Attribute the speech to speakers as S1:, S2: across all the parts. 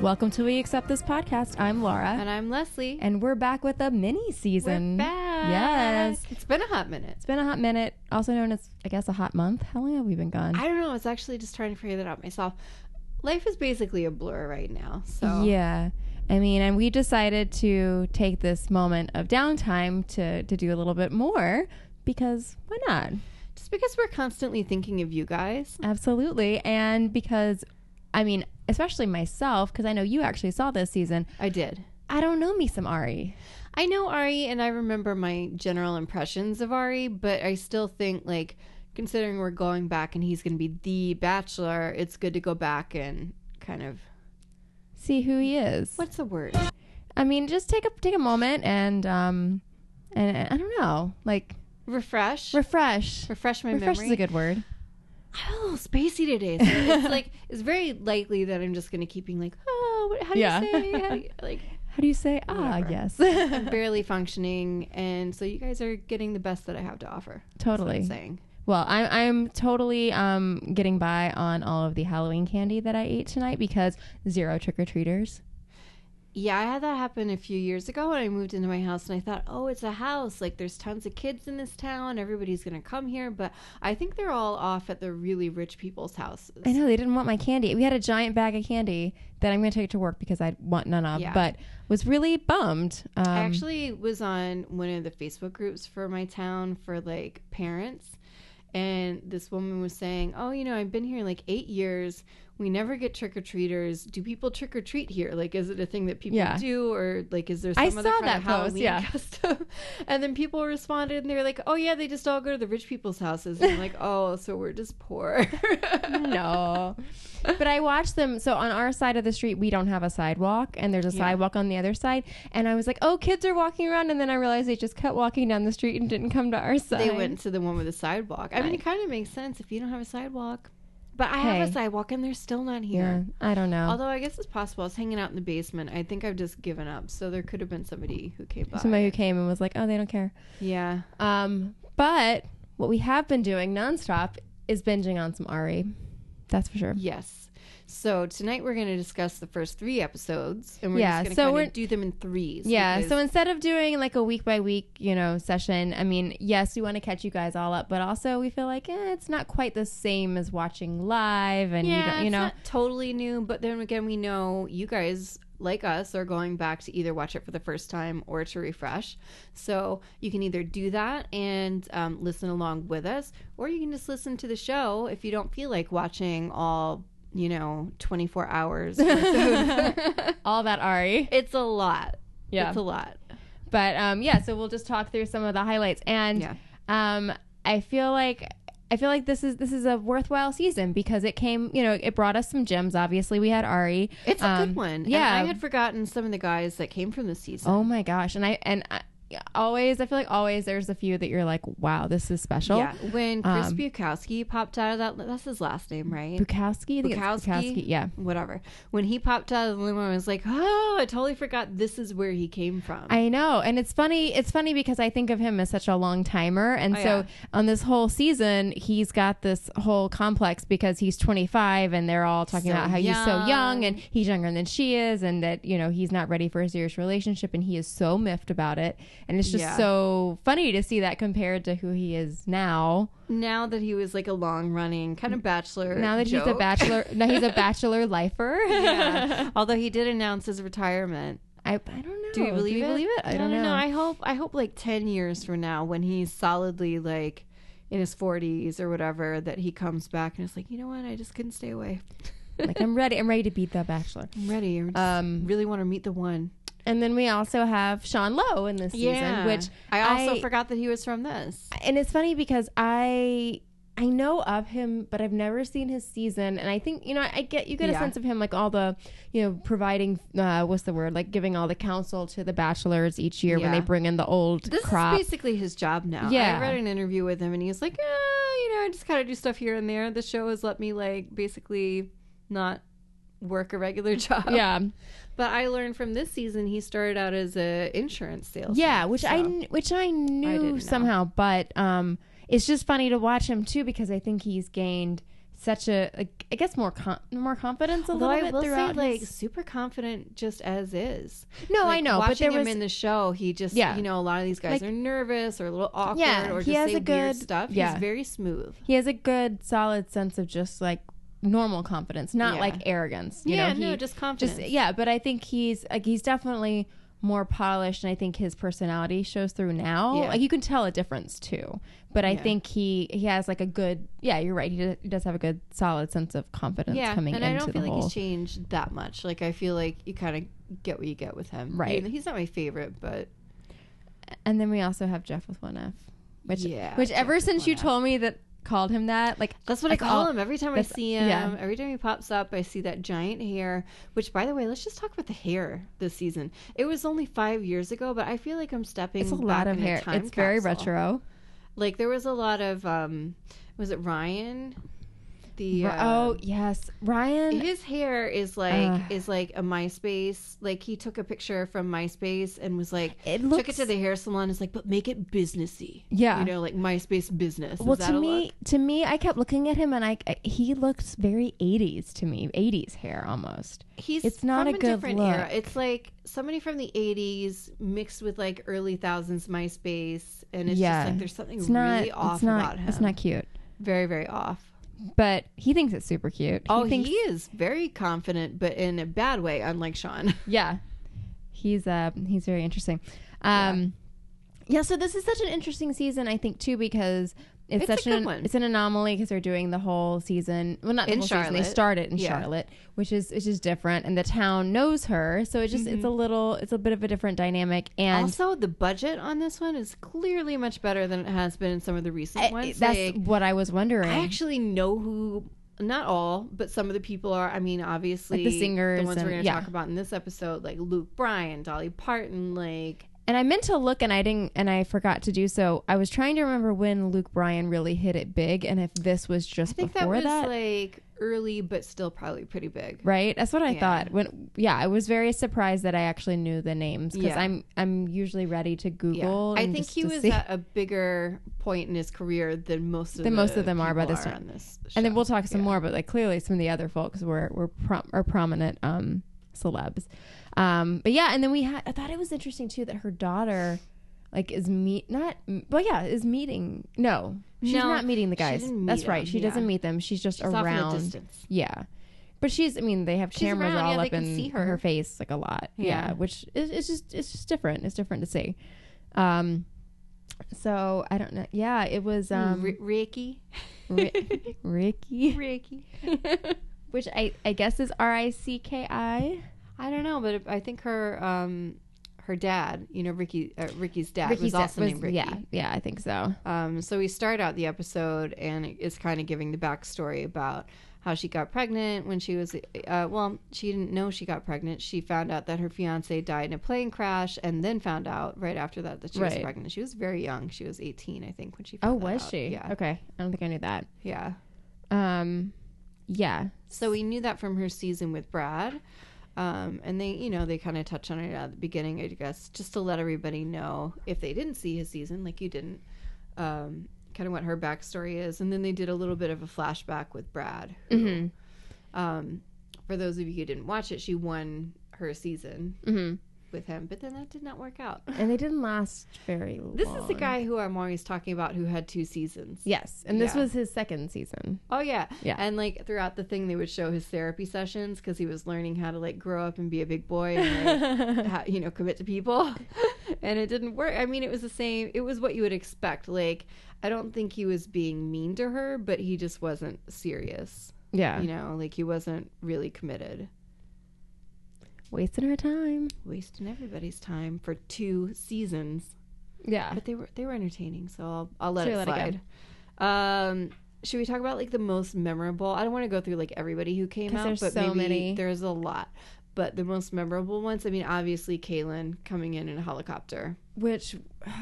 S1: Welcome to We Accept This Podcast. I'm Laura,
S2: And I'm Leslie.
S1: and we're back with a mini season.
S2: We're back.
S1: Yes.
S2: It's been a hot minute.
S1: It's been a hot minute, also known as, I guess, a hot month. How long have we been gone?
S2: I don't know. I was actually just trying to figure that out myself. Life is basically a blur right now. So
S1: Yeah. I mean, and we decided to take this moment of downtime to, to do a little bit more because why not?
S2: just because we're constantly thinking of you guys,
S1: Absolutely. And because, I mean, especially myself, because I know you actually saw this season,
S2: I did.
S1: I don't know me some Ari.
S2: I know Ari and I remember my general impressions of Ari, but I still think like considering we're going back and he's going to be the bachelor, it's good to go back and kind of
S1: See who he is.
S2: what's the word?
S1: I mean, just take a take a moment and um, and, and I don't know, like
S2: Refresh.
S1: refresh.
S2: refresh my
S1: refresh
S2: memory.
S1: is a good word.
S2: I'm a little spacey today. So it's like it's very likely that I'm just gonna keep being like, oh, what, how do
S1: Yeah.
S2: you say? How do you, like
S1: How do you say? Ah,
S2: Whatever. I'm
S1: yes.
S2: barely functioning, and so you guys are getting the best that I have to offer. That's what I'm
S1: totally.
S2: saying
S1: Well, I'm I'm totally um getting by on all of the Halloween candy that I ate tonight because zero trick or treaters.
S2: yeah, I had that happen a few years ago when I moved into my house, and I thought, oh, it's a house. Like there's tons of kids in this town. Everybody's gonna come here, but I think they're all off at the really rich people's houses.
S1: I know they didn't want my candy. We had a giant bag of candy that I'm going to take to work because I want none of,
S2: Yeah.
S1: but was really bummed. Um,
S2: I actually was on one of the Facebook groups for my town for like parents. And this woman was saying, Oh, you know, I've been here like eight years. We never get trick or treaters. Do people trick or treat here? Like, is it a thing that people
S1: Yeah.
S2: do? Or like, is there some
S1: I
S2: other
S1: saw
S2: kind
S1: that
S2: of
S1: post,
S2: Halloween
S1: yeah.
S2: custom? and then people responded and they were like, Oh, yeah, they just all go to the rich people's houses. And I'm like, Oh, so we're just poor.
S1: no. But I watched them. So on our side of the street, we don't have a sidewalk, and there's a
S2: Yeah.
S1: sidewalk on the other side. And I was like, oh, kids are walking around. And then I realized they just kept walking down the street and didn't come to our side.
S2: They went to the one with the sidewalk. I mean,
S1: Right.
S2: it kind of makes sense if you don't have a sidewalk. But I have
S1: Hey.
S2: a sidewalk and they're still not here.
S1: Yeah. I don't know.
S2: Although I guess it's possible. I was hanging out in the basement. I think I've just given up. So there could have been somebody who came by.
S1: Somebody who came and was like, oh, they don't care.
S2: Yeah.
S1: Um, but what we have been doing nonstop is binging on some Ari. That's for sure.
S2: Yes. So tonight we're going to discuss the first three episodes, and we're
S1: Yeah,
S2: just
S1: so
S2: going to
S1: we're-
S2: do them in threes.
S1: Yeah.
S2: because-
S1: So instead of doing like a week by week, you know, session, I mean, yes, we want to catch you guys all up, but also we feel like eh, it's not quite the same as watching live, and you,
S2: yeah,
S1: don't, you
S2: it's
S1: know,
S2: not totally new. But then again, we know you guys like us are going back to either watch it for the first time or to refresh. So you can either do that and um, listen along with us, or you can just listen to the show if you don't feel like watching all you know twenty four hours. worth of-
S1: all that Ari.
S2: It's a lot.
S1: Yeah.
S2: It's a lot.
S1: But um, yeah, so we'll just talk through some of the highlights, and
S2: Yeah.
S1: um, I feel like. I feel like this is this is a worthwhile season because it came, you know, it brought us some gems. Obviously, we had Ari.
S2: It's a
S1: Um,
S2: good one.
S1: yeah.
S2: And I had forgotten some of the guys that came from this season.
S1: Oh my gosh! And I and I, always, I feel like always there's a few that you're like, wow, this is special.
S2: Yeah. When Chris
S1: Um,
S2: Bukowski popped out of that, that's his last name, right?
S1: Bukowski, I think it's
S2: Bukowski?
S1: Bukowski. Yeah,
S2: Whatever. When he popped out of the limo, I was like, oh, I totally forgot this is where he came from.
S1: I know, and it's funny. It's funny because I think of him as such a long timer, and
S2: Oh,
S1: so
S2: yeah.
S1: on this whole season, he's got this whole complex because he's 25, and they're all talking
S2: So
S1: about how he's so young,
S2: young.
S1: and he's younger than she is, and that you know he's not ready for a serious relationship, and he is so miffed about it, and it's just
S2: Yeah.
S1: so funny to see that compared to who he is now.
S2: now that he was like a long running kind of bachelor.
S1: Now that he's a
S2: Uh, joke.
S1: bachelor, now he's a bachelor lifer.
S2: yeah. Although he did announce his retirement.
S1: I, I don't know.
S2: Do you believe,
S1: Oh, Do
S2: it?
S1: believe it? I don't, know.
S2: I hope I hope like ten years from now, when he's solidly like in his forties or whatever, that he comes back and is like, you know what? I just couldn't stay away.
S1: like I'm ready. I'm ready to beat the bachelor.
S2: I'm ready. I just
S1: Um,
S2: really want to meet the one.
S1: And then we also have Sean Lowe in this season, which
S2: I also
S1: I-
S2: forgot that he was from this.
S1: and it's funny because I I know of him, but I've never seen his season. And I think you know I get you get a
S2: Yeah.
S1: sense of him like all the you know providing uh, what's the word like giving all the counsel to the bachelors each year when they
S2: Yeah.
S1: bring in the old
S2: This
S1: crop.
S2: is basically his job now.
S1: Yeah.
S2: I read an interview with him, and he's like, eh, you know, I just kind of do stuff here and there. The show has let me like basically not work a regular job.
S1: yeah,
S2: But I learned from this season he started out as a insurance salesman.
S1: yeah, which I
S2: so.
S1: kn- which I
S2: didn't
S1: knew
S2: know.
S1: somehow, but um, it's just funny to watch him too because I think he's gained such a, like, I guess more con- more confidence a
S2: Although
S1: little
S2: I
S1: bit
S2: will say,
S1: throughout.
S2: like,
S1: his-
S2: super confident just as is.
S1: no,
S2: Like,
S1: I know, but
S2: Watching
S1: there
S2: him
S1: was
S2: in the show, he just,
S1: Yeah.
S2: you know, a lot of these guys
S1: Like-
S2: are nervous or a little awkward
S1: Yeah,
S2: or
S1: he
S2: just
S1: has
S2: say
S1: a
S2: weird
S1: good-
S2: stuff.
S1: yeah.
S2: He's very smooth.
S1: he has a good solid sense of just like normal confidence, not
S2: Yeah.
S1: like arrogance. You
S2: yeah,
S1: know,
S2: no,
S1: he
S2: just
S1: just
S2: confidence.
S1: yeah, but I think he's like he's definitely more polished, and I think his personality shows through now.
S2: Yeah.
S1: Like you can tell a difference too, but I
S2: Yeah.
S1: think he he has like a good yeah. You're right. He does, he does have a good solid sense of confidence coming
S2: and
S1: into
S2: I don't
S1: the
S2: feel like
S1: whole.
S2: he's changed that much. Like I feel like you kind of get what you get with him.
S1: Right.
S2: Even- he's not my favorite, but
S1: and then we also have Jeff with one F, which
S2: Yeah,
S1: which
S2: Jeff
S1: ever
S2: with
S1: since
S2: one
S1: you
S2: F.
S1: told me that called him that like
S2: that's what
S1: That's
S2: I call
S1: all-
S2: him every time I
S1: that's-
S2: see him.
S1: yeah.
S2: Every time he pops up, I see that giant hair. Which, by the way, let's just talk about the hair this season. It was only five years ago, but I feel like I'm stepping.
S1: it's a
S2: back
S1: lot of
S2: in
S1: hair.
S2: time
S1: It's very
S2: capsule.
S1: retro.
S2: Like there was a lot of um, was it Ryan? The uh,
S1: Oh yes, Ryan.
S2: his hair is like
S1: Ugh.
S2: is like a MySpace. Like he took a picture from MySpace and was like
S1: It
S2: took it
S1: looks-
S2: to the hair salon. It's like, but make it businessy.
S1: Yeah.
S2: you know, like MySpace business.
S1: well
S2: is that
S1: to
S2: a
S1: me
S2: look?
S1: to me i kept looking at him and I, I- he looks very 80s to me 80s hair almost
S2: he's
S1: it's not
S2: from
S1: a good
S2: different
S1: look.
S2: era. It's like somebody from the '80s mixed with like early thousands MySpace, and it's
S1: Yeah.
S2: just like there's something
S1: it's not
S2: really off
S1: it's not
S2: about him.
S1: it's not cute
S2: very very off.
S1: but he thinks it's super cute
S2: Oh,
S1: he thinks
S2: he is very confident, but in a bad way, unlike Sean.
S1: yeah he's uh he's very interesting um yeah. so this is such an interesting season i think too because it's,
S2: It's a
S1: such
S2: good
S1: an
S2: one.
S1: it's an anomaly because they're doing the whole season well not the
S2: In
S1: whole season they
S2: Charlotte.
S1: start it in
S2: Yeah.
S1: charlotte which is which is different and the town knows her so it just
S2: Mm-hmm.
S1: it's a little it's a bit of a different dynamic and
S2: also, the budget on this one is clearly much better than it has been in some of the recent
S1: I-
S2: ones.
S1: Eh, that's
S2: Like,
S1: what I was wondering.
S2: I actually know who, not all, but some of the people are. I mean, obviously,
S1: Like the singers
S2: the ones
S1: and-
S2: we're going to
S1: yeah.
S2: talk about in this episode, like Luke Bryan, Dolly Parton, like
S1: and I meant to look and I didn't and I forgot to do so. I was trying to remember when Luke Bryan really hit it big and if this was just
S2: I think that
S1: before
S2: was
S1: that.
S2: like early, but still probably pretty big.
S1: Right, that's what I
S2: Yeah.
S1: thought. When yeah, I was very surprised that I actually knew the names because
S2: Yeah.
S1: I'm I'm usually ready to
S2: Yeah,
S1: Google.
S2: I
S1: and
S2: think
S1: just
S2: he
S1: to
S2: was
S1: see.
S2: at a bigger point in his career than most of
S1: Than
S2: the
S1: most of them are by
S2: people
S1: this time.
S2: on this
S1: and then
S2: show.
S1: we'll talk some
S2: Yeah.
S1: more, but like clearly some of the other folks were were prom- are prominent um, celebs. Um, but yeah, and then we had I thought it was interesting too that her daughter like is meet not well yeah is meeting no she's
S2: No,
S1: not meeting the
S2: she
S1: guys
S2: didn't meet
S1: that's right
S2: them,
S1: she
S2: yeah.
S1: doesn't meet them she's just
S2: She's off in the
S1: around
S2: distance.
S1: yeah but she's I mean they have
S2: She's
S1: cameras
S2: around,
S1: all
S2: yeah, they
S1: up
S2: can
S1: in
S2: see her.
S1: face like a lot yeah,
S2: Yeah.
S1: which is it's just it's just different it's different to see um so I don't know yeah it was um
S2: Hmm, Ri- Ricky.
S1: Ri- Ricky
S2: Ricky.
S1: which I, I guess is R I C K I.
S2: I don't know, but I think her um her dad, you know, Ricky uh, Ricky's dad was also named Ricky.
S1: Yeah, yeah, I think so.
S2: Um, so we start out the episode, and it's kind of giving the backstory about how she got pregnant when she was uh, well, she didn't know she got pregnant. She found out that her fiance died in a plane crash, and then found out right after that that she was
S1: Right.
S2: pregnant. She was very young. She was eighteen, I think, when she.
S1: Oh,
S2: Found that
S1: was
S2: out.
S1: she?
S2: Uh, Yeah,
S1: Okay, I don't think I knew that.
S2: yeah.
S1: Um, yeah,
S2: So we knew that from her season with Brad. Um, and they, you know, they kind of touch on it at the beginning, I guess, just to let everybody know if they didn't see his season, like you didn't, um, kind of what her backstory is. And then they did a little bit of a flashback with Brad. who, um, for those of you who didn't watch it, she won her season
S1: Mhm.
S2: with him, but then that did not work out.
S1: and they didn't last very long.
S2: This is the guy who I'm always talking about who had two seasons.
S1: Yes, and this
S2: Yeah.
S1: was his second season.
S2: Oh yeah,
S1: Yeah.
S2: And like throughout the thing, they would show his therapy sessions because he was learning how to like grow up and be a big boy, and like, how, you know, commit to people. and it didn't work. I mean, it was the same. It was what you would expect. Like, I don't think he was being mean to her, but he just wasn't serious.
S1: Yeah,
S2: You know, like he wasn't really committed.
S1: wasting her time.
S2: Wasting everybody's time for two seasons.
S1: Yeah,
S2: but they were they were entertaining so i'll, I'll let
S1: So
S2: it
S1: you let it
S2: slide um should we talk about like the most memorable i don't want to go through like everybody who came
S1: 'Cause
S2: out
S1: there's
S2: but
S1: so
S2: maybe
S1: many.
S2: there's a lot but the most memorable ones i mean obviously kaylin coming in in a helicopter
S1: which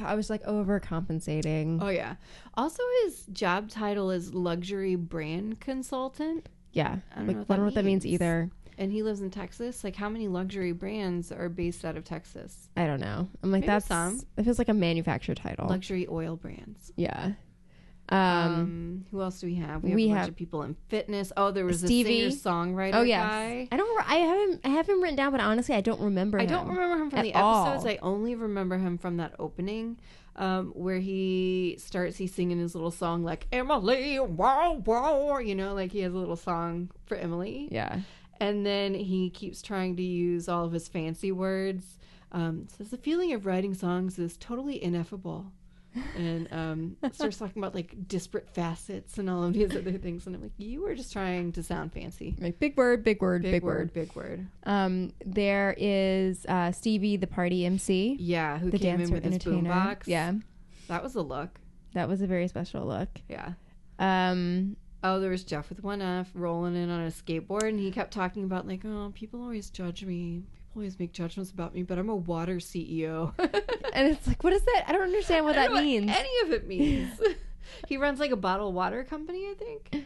S1: I was like overcompensating.
S2: oh yeah also his job title is luxury brand consultant
S1: yeah,
S2: I don't
S1: like,
S2: know what
S1: I don't know
S2: that
S1: what that means
S2: means.
S1: either.
S2: and he lives in texas like how many luxury brands are based out of texas
S1: I don't know. I'm like
S2: Maybe
S1: that's
S2: some.
S1: it feels like a manufacturer title.
S2: luxury oil brands
S1: yeah.
S2: Um,
S1: Um,
S2: who else do we have? We have
S1: we
S2: a bunch
S1: have-
S2: of people in fitness. Oh, there was
S1: Stevie.
S2: a singer songwriter
S1: oh yes,
S2: guy.
S1: I don't. re- I haven't. I have him written down, but honestly, I don't remember.
S2: I
S1: him.
S2: don't remember him from
S1: at
S2: the episodes.
S1: all.
S2: I only remember him from that opening um, where he starts, he's singing his little song like Emily, wow, wow, you know, like he has a little song for Emily.
S1: Yeah.
S2: And then he keeps trying to use all of his fancy words. Um, says the feeling of writing songs is totally ineffable. And um, starts talking about like disparate facets and all of these other things. And I'm like, you were just trying to sound fancy.
S1: Like big word, big word, big, word.
S2: big word.
S1: Um, there is uh, Stevie, the party MC,
S2: Yeah, who
S1: the
S2: came
S1: dancer
S2: in with his
S1: entertainer.
S2: boombox.
S1: Yeah,
S2: That was a look.
S1: that was a very special look.
S2: Yeah.
S1: Um,
S2: Oh, there was Jeff with one F rolling in on a skateboard, and he kept talking about like, oh, people always judge me. People always make judgments about me, but I'm a water E CEO.
S1: and it's like, what is that? I don't understand what
S2: I
S1: that
S2: don't know
S1: means.
S2: Any of it means. he runs like a bottled water company, I think.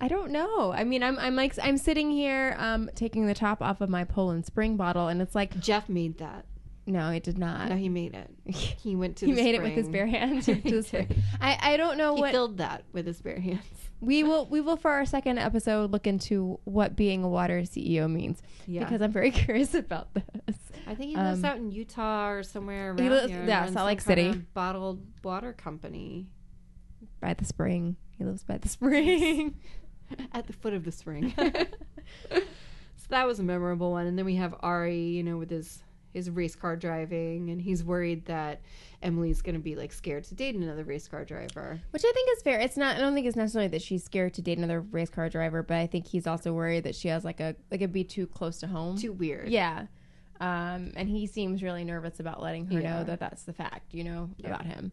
S1: I don't know. I mean, I'm I'm like I'm sitting here um taking the top off of my Poland Spring bottle, and it's like,
S2: Jeff made that.
S1: no, it did not.
S2: No, he made it. He went to.
S1: he
S2: the
S1: made it with his
S2: spring.
S1: bare hands.
S2: He
S1: Just-
S2: did.
S1: I I don't know
S2: He
S1: what
S2: filled that with his bare hands.
S1: we will we will for our second episode look into what being a water CEO means
S2: Yeah,
S1: because I'm very curious about this.
S2: I think he lives
S1: um,
S2: out in Utah or somewhere around
S1: He lives-
S2: here. and
S1: yeah,
S2: runs
S1: Salt
S2: some
S1: Lake
S2: kind
S1: City.
S2: of Bottled water company
S1: By the spring, he lives by the spring.
S2: at the foot of the spring. So that was a memorable one. And then we have Ari, you know, with his his race car driving, and he's worried that Emily's going to be like scared to date another race car driver.
S1: Which I think is fair. It's not. I don't think it's necessarily that she's scared to date another race car driver, but I think he's also worried that she has like a like it'd be too close to home.
S2: Too weird.
S1: yeah. Um, and he seems really nervous about letting her
S2: Yeah.
S1: know that that's the fact, you know,
S2: Yeah.
S1: about him.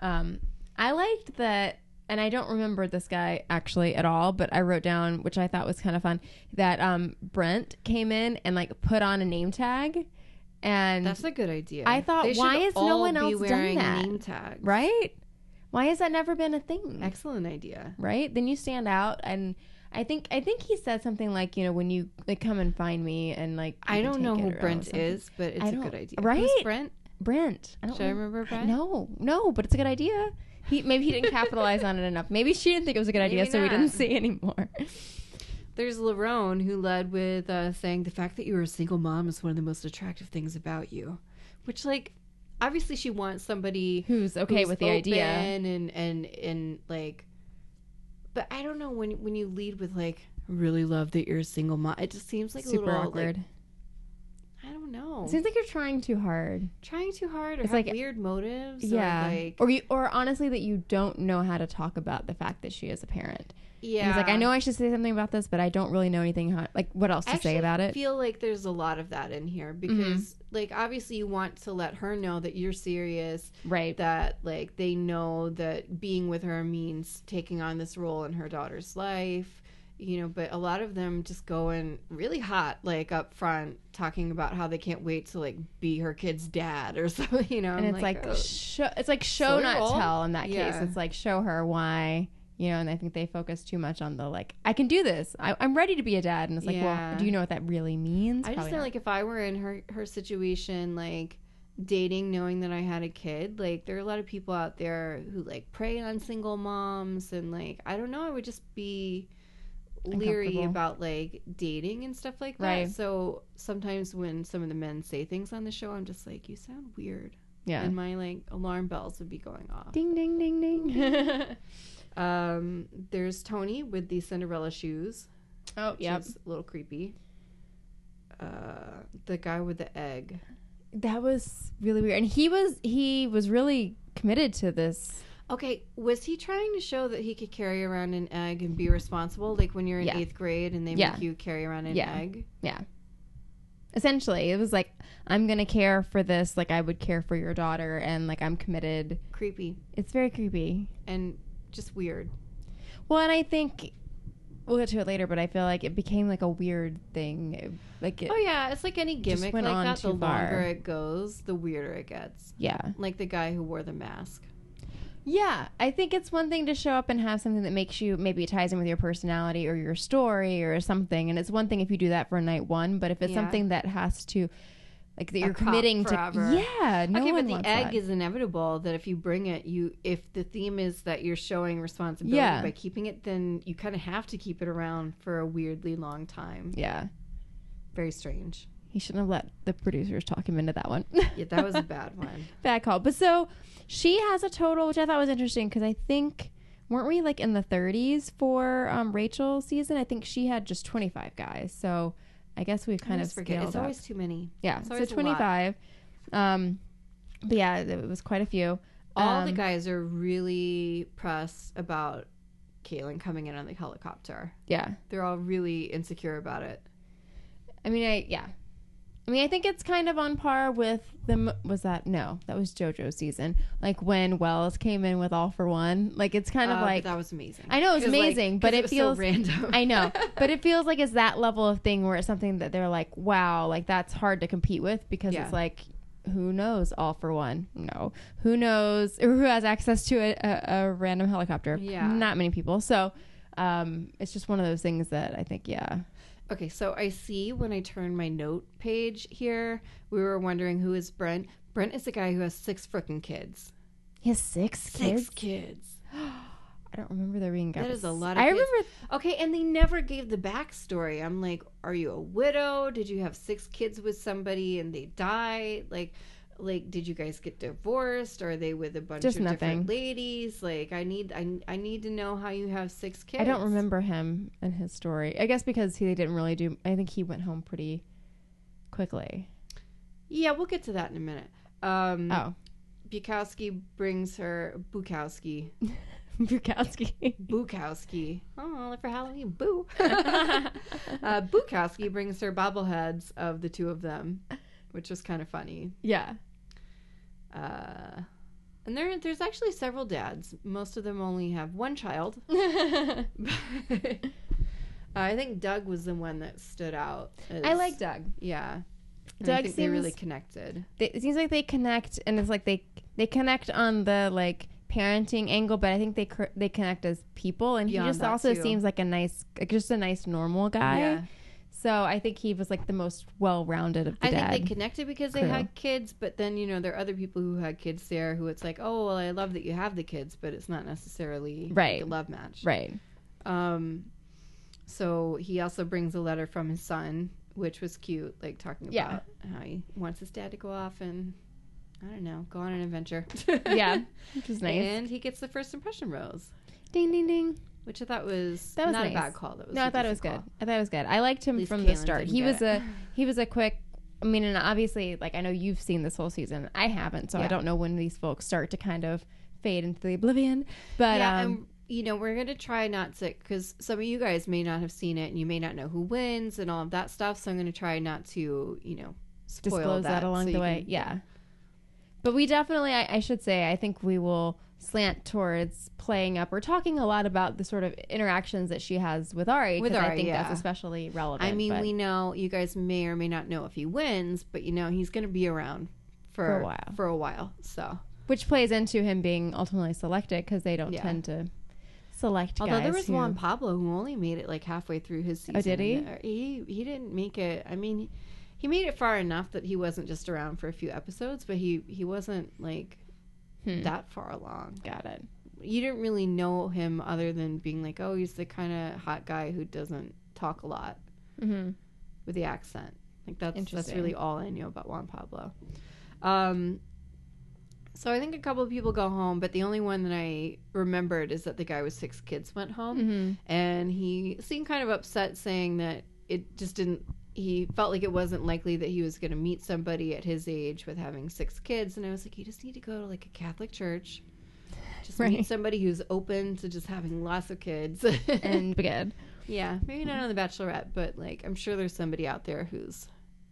S1: Um, I liked that, and I don't remember this guy actually at all, but I wrote down, which I thought was kind of fun, that um, Brent came in and like put on a name tag, and
S2: That's a good idea.
S1: I thought,
S2: They should
S1: why has no
S2: all
S1: one
S2: be
S1: else done
S2: wearing
S1: that?
S2: Name tags.
S1: right? Why has that never been a thing?
S2: Excellent idea.
S1: right? Then you stand out and I think I think he said something like, you know, when you like come and find me and like you
S2: I
S1: can
S2: don't know
S1: take
S2: who
S1: it or
S2: Brent
S1: something.
S2: is, but it's
S1: I
S2: a
S1: don't-
S2: good idea.
S1: right?
S2: Who's Brent?
S1: Brent. I don't
S2: Should I remember Brent?
S1: No, no, but it's a good idea. He maybe he didn't capitalize on it enough. Maybe she didn't think it was a good idea,
S2: Maybe
S1: so we
S2: not.
S1: didn't see anymore.
S2: There's Larone who led with uh, saying the fact that you were a single mom is one of the most attractive things about you, which like obviously she wants somebody
S1: Who's okay
S2: who's
S1: with the idea?
S2: open and and and like, but I don't know when when you lead with like really love that you're a single mom. It just seems like oh. a
S1: Super
S2: little,
S1: awkward.
S2: Like, I don't know,
S1: Seems like you're trying too hard.
S2: trying too hard or
S1: It's
S2: have
S1: like-
S2: weird motives.
S1: yeah.
S2: or like,
S1: or you, or honestly, that you don't know how to talk about the fact that she is a parent.
S2: yeah.
S1: And it's like I know I should say something about this, but I don't really know anything. How, like what else to
S2: actually
S1: say about it? Mm-hmm.
S2: feel like there's a lot of that in here because, like, obviously you want to let her know that you're serious,
S1: right.
S2: that like they know that being with her means taking on this role in her daughter's life, you know. But a lot of them just go in really hot, like up front, talking about how they can't wait to like be her kid's dad or something, you know.
S1: and
S2: I'm
S1: it's like,
S2: "Oh,
S1: show, it's like show
S2: slow
S1: not
S2: roll.
S1: tell in that
S2: Yeah.
S1: case. It's like show her why, you know. And I think they focus too much on the like, I can do this. I, I'm ready to be a dad. And it's like,
S2: Yeah.
S1: well, do you know what that really means?
S2: I just
S1: Probably
S2: know
S1: not.
S2: like if I were in her her situation, like dating, knowing that I had a kid, like there are a lot of people out there who like prey on single moms and like I don't know, I would just be leery
S1: Uncomfortable.
S2: about like dating and stuff like that.
S1: Right.
S2: So sometimes when some of the men say things on the show, I'm just like, You sound weird.
S1: yeah.
S2: And my like alarm bells would be going off.
S1: ding ding ding ding.
S2: Um there's Tony with the Cinderella shoes
S1: oh
S2: which
S1: yep.
S2: is a little creepy. Uh, the guy with the egg.
S1: That was really weird. And he was he was really committed to this.
S2: Okay, was he trying to show that he could carry around an egg and be responsible? Like when you're in
S1: Yeah.
S2: eighth grade and they
S1: Yeah.
S2: make you carry around an
S1: Yeah.
S2: egg?
S1: Essentially, it was like I'm gonna care for this like I would care for your daughter, and like I'm committed.
S2: Creepy
S1: It's very creepy.
S2: and just weird.
S1: Well, and I think we'll get to it later, but I feel like it became like a weird thing. It- Like, it,
S2: Oh, yeah, it's like any gimmick like
S1: went on
S2: that. The
S1: too far.
S2: longer it goes, the weirder it gets.
S1: yeah,
S2: Like the guy who wore the mask.
S1: yeah. I think it's one thing to show up and have something that makes you maybe it ties in with your personality or your story or something, and it's one thing if you do that for night one, but if it's
S2: Yeah.
S1: something that has to like that you're
S2: cop
S1: committing to.
S2: forever.
S1: Yeah, no
S2: okay,
S1: one
S2: but the
S1: wants
S2: egg
S1: that.
S2: is inevitable. That if you bring it, you if the theme is that you're showing responsibility
S1: Yeah.
S2: by keeping it, then you kind of have to keep it around for a weirdly long time.
S1: yeah,
S2: Very strange.
S1: he shouldn't have let the producers talk him into that one.
S2: Yeah, that was a bad one.
S1: bad call. But so she has a total, which I thought was interesting because I think weren't we like in the 30s for um, Rachel's season? I think she had just 25 guys. So I guess we've kind
S2: I
S1: of
S2: just forget.
S1: scaled
S2: It's
S1: up.
S2: always too many.
S1: yeah,
S2: it's
S1: so
S2: always a lot.
S1: 25. Um, but yeah, it was quite a few.
S2: All the
S1: Um,
S2: guys are really pressed about Caitlyn coming in on the helicopter.
S1: Yeah,
S2: They're all really insecure about it.
S1: I mean, I yeah. I mean, I think it's kind of on par with the m- was that no, that was JoJo's season. Like when Wells came in with All for One, like it's kind of
S2: Uh, but
S1: like
S2: that was amazing.
S1: I know it was
S2: 'Cause, like,
S1: amazing,
S2: 'cause
S1: but it,
S2: was so
S1: feels
S2: random.
S1: I know, but it feels like it's that level of thing where it's something that they're like, wow, like that's hard to compete with because
S2: Yeah.
S1: it's like, who knows? All for one, no. Who knows? Or who has access to a, a, a random helicopter?
S2: Yeah.
S1: not many people. So, um, it's just one of those things that I think, yeah,
S2: Okay, so I see when I turn my note page here, we were wondering who is Brent. Brent is the guy who has six freaking kids.
S1: he has six, kids.
S2: Six kids.
S1: I don't remember there being guys.
S2: That is a lot of
S1: I
S2: kids.
S1: remember.
S2: Okay, and they never gave the backstory. I'm like, are you a widow? Did you have six kids with somebody and they died? Like, like did you guys get divorced? Are they with a bunch
S1: Just
S2: of
S1: nothing.
S2: different ladies? Like, I need, I, I need to know how you have six kids.
S1: I don't remember him and his story. I guess because he didn't really do. I think he went home pretty quickly.
S2: Yeah, we'll get to that in a minute. Um,
S1: Oh,
S2: Bukowski brings her Bukowski.
S1: Oh. Bukowski.
S2: Bukowski. Oh, for Halloween, boo. uh, Bukowski brings her bobbleheads of the two of them, which was kind of funny.
S1: yeah.
S2: Uh, and there, there's actually several dads. Most of them only have one child.
S1: I
S2: I think Doug was the one that stood out. as-
S1: like Doug.
S2: Yeah. And I
S1: Doug
S2: think they really
S1: seems-
S2: connected.
S1: They, it seems like they connect, and it's like they they connect on the like parenting angle, but I think they cr- they connect as people, and he
S2: Beyond
S1: just
S2: that,
S1: also
S2: too.
S1: seems like a nice, like, just a nice normal guy.
S2: yeah.
S1: So I think he was like the most well rounded of the
S2: I
S1: dad.
S2: think they connected because they
S1: crew.
S2: had kids, but then you know there are other people who had kids there who it's like, oh well, I love that you have the kids, but it's not necessarily like,
S1: Right.
S2: a love match.
S1: right.
S2: Um, so he also brings a letter from his son, which was cute, like talking about
S1: Yeah.
S2: how he wants his dad to go off and I don't know, go on an adventure.
S1: Yeah, which is nice.
S2: and he gets the first impression rose,
S1: ding ding ding.
S2: which I thought was,
S1: That was
S2: not
S1: nice.
S2: a bad call. That was
S1: no,
S2: a
S1: I thought it was
S2: decent
S1: good.
S2: call.
S1: I thought it was good. I liked him
S2: least
S1: from the
S2: Kaylin
S1: start.
S2: didn't
S1: He
S2: get
S1: was
S2: it.
S1: a he was a quick. I mean, and obviously, like I know you've seen this whole season. I haven't, so I
S2: Yeah.
S1: don't know when these folks start to kind of fade into the oblivion. But
S2: yeah,
S1: um,
S2: and you know we're gonna try not to because some of you guys may not have seen it and you may not know who wins and all of that stuff. So I'm gonna try not to, you know, spoil
S1: disclose that, along
S2: so
S1: the
S2: you
S1: way.
S2: can-
S1: yeah. But we definitely, I, I should say, I think we will slant towards playing up or talking a lot about the sort of interactions that she has with Ari.
S2: With
S1: because I
S2: Ari,
S1: think
S2: yeah.
S1: that's especially relevant.
S2: I mean,
S1: but
S2: we know you guys may or may not know if he wins, but you know he's gonna be around for,
S1: For a while.
S2: For a while, so
S1: which plays into him being ultimately selected because they don't
S2: Yeah.
S1: tend to select.
S2: although there
S1: guys
S2: was
S1: who-
S2: Juan Pablo who only made it like halfway through his season.
S1: Oh, did he?
S2: Or He he didn't make it. I mean, he made it far enough that he wasn't just around for a few episodes, but he he wasn't like
S1: Hmm.
S2: that far along.
S1: Got it.
S2: you didn't really know him other than being like, oh, he's the kind of hot guy who doesn't talk a lot
S1: Mm-hmm.
S2: with the accent. Like that's that's
S1: Interesting.
S2: really all I knew about Juan Pablo. Um, so I think a couple of people go home, but the only one that I remembered is that the guy with six kids went
S1: Hmm.
S2: home, and he seemed kind of upset, saying that it just didn't. He felt like it wasn't likely that he was going to meet somebody at his age with having six kids, and I was like, you just need to go to like a Catholic church. Just
S1: Right.
S2: meet somebody who's open to just having lots of kids.
S1: And be good.
S2: Yeah, maybe not on The Bachelorette, but like I'm sure there's somebody out there who's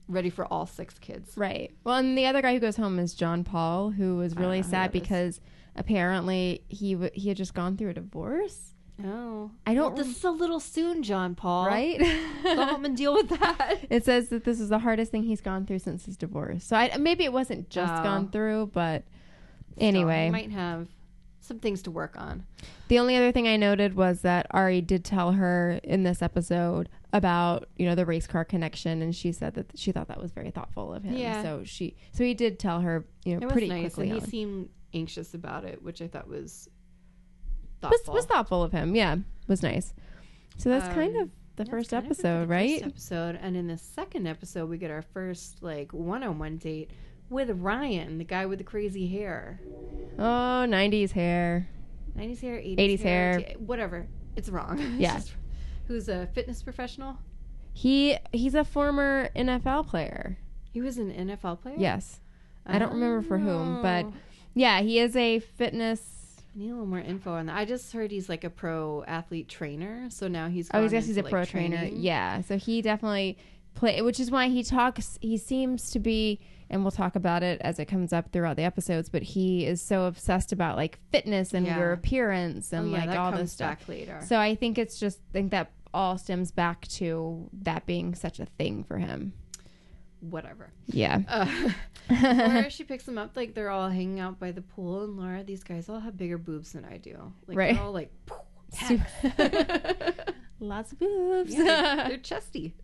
S2: ready for all six kids.
S1: Right. Well, and the other guy who goes home is John Paul, who was
S2: don't know
S1: really
S2: who
S1: sad
S2: that is.
S1: because apparently he w- he had just gone through a divorce,
S2: Oh,
S1: I don't
S2: Well, this is a little soon, John Paul.
S1: right?
S2: Go home and deal with that.
S1: it says that this is the hardest thing he's gone through since his divorce. So I, maybe it wasn't just
S2: Oh.
S1: gone through, but
S2: Still, he
S1: anyway,
S2: might have some things to work on.
S1: The only other thing I noted was that Ari did tell her in this episode about you know the race car connection, and she said that she thought that was very thoughtful of him.
S2: Yeah.
S1: So she, so he did tell her you know
S2: It was
S1: pretty
S2: nice,
S1: quickly
S2: and
S1: on.
S2: he seemed anxious about it, which I thought was
S1: was
S2: thoughtful.
S1: was thoughtful of him. Yeah, was nice. So that's kind
S2: Um,
S1: of the
S2: That's
S1: first
S2: kind of it for
S1: episode,
S2: the
S1: right?
S2: First episode, and in the second episode, we get our first like one-on-one date with Ryan, the guy with the crazy hair,
S1: Oh, 90s hair.
S2: nineties hair, 80s,
S1: 80s
S2: hair,
S1: hair.
S2: t- whatever. It's wrong. It's
S1: Yeah.
S2: just- Who's a fitness professional?
S1: He he's a former NFL player.
S2: He was an NFL player.
S1: Yes. I don't remember for whom, but- Yeah, he is a fitness.
S2: I need a little more info on that. I just heard he's like a pro athlete trainer, so now he's.
S1: Oh, I
S2: gone
S1: guess he's
S2: into,
S1: a
S2: like,
S1: pro trainer.
S2: training.
S1: Yeah, so he definitely play, which is why he talks. He seems to be, and we'll talk about it as it comes up throughout the episodes. But he is so obsessed about like fitness and
S2: Yeah.
S1: your appearance
S2: Oh,
S1: and
S2: yeah,
S1: like
S2: that
S1: all
S2: comes
S1: this stuff.
S2: back later.
S1: So I think it's just I think that all stems back to that being such a thing for him.
S2: whatever.
S1: Yeah.
S2: Uh, Laura, she picks them up like they're all hanging out by the pool, and Laura, these guys all have bigger boobs than I do. Like
S1: Right.
S2: they're all like, "Poof,
S1: Super-
S2: heck."
S1: Lots of boobs.
S2: Yeah, they're, they're chesty.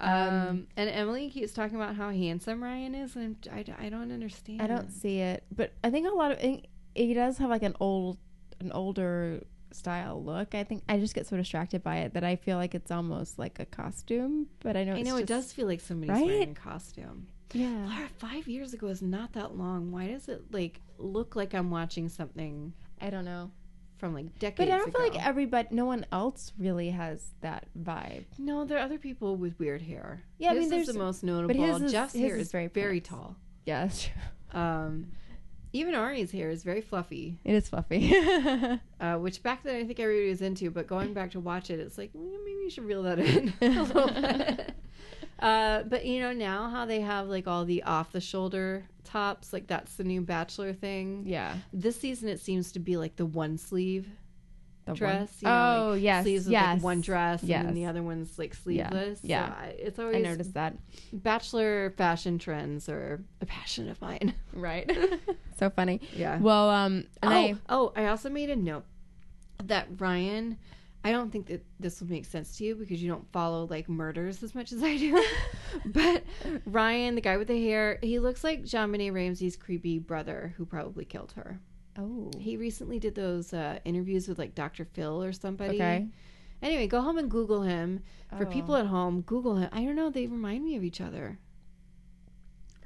S2: Um, and Emily keeps talking about how handsome Ryan is, and I, I don't understand.
S1: I don't see it, but I think a lot of it, it does have like an old, an older style look. I think I just get so distracted by it that I feel like it's almost like a costume. But I know
S2: I
S1: it's
S2: know it
S1: just-
S2: does feel like somebody's
S1: Right?
S2: wearing a costume.
S1: Yeah,
S2: Laura, five years ago is not that long. Why does it like look like I'm watching something
S1: I don't know,
S2: from like decades?
S1: but I don't feel
S2: ago?
S1: like everybody, no one else really has that vibe.
S2: No, there are other people with weird hair.
S1: Yeah, I
S2: his
S1: mean,
S2: is
S1: there's-
S2: the most notable.
S1: his is-
S2: Jeff's
S1: his
S2: hair
S1: is
S2: is,
S1: very
S2: very, very
S1: pronounced.
S2: tall.
S1: Yeah, that's true.
S2: Um, even Ari's hair is very fluffy,
S1: It is fluffy.
S2: uh, which back then I think everybody was into. But going back to watch it, it's like mm, maybe you should reel that in a little bit. Uh, but you know now how they have like all the off the shoulder tops, like that's the new Bachelor thing.
S1: yeah,
S2: This season it seems to be like the one sleeve
S1: the one-
S2: dress. you know,
S1: Oh
S2: like,
S1: yes,
S2: sleeves with
S1: yes.
S2: like one dress and
S1: yes.
S2: then the other one's like sleeveless.
S1: yeah.
S2: so I, it's
S1: I
S2: always
S1: noticed that.
S2: bachelor fashion trends are a passion of mine.
S1: Right. so funny.
S2: Yeah.
S1: Well, um, and
S2: oh,
S1: I,
S2: oh, I also made a note that Ryan. I don't think that this will make sense to you because you don't follow like murders as much as I do. but Ryan, the guy with the hair, he looks like Jean Benet Ramsey's creepy brother who probably killed her.
S1: oh,
S2: He recently did those uh, interviews with like Dr. Phil or somebody.
S1: okay.
S2: Anyway, go home and Google him. For
S1: Oh.
S2: people at home, Google him. I don't know. They remind me of each other.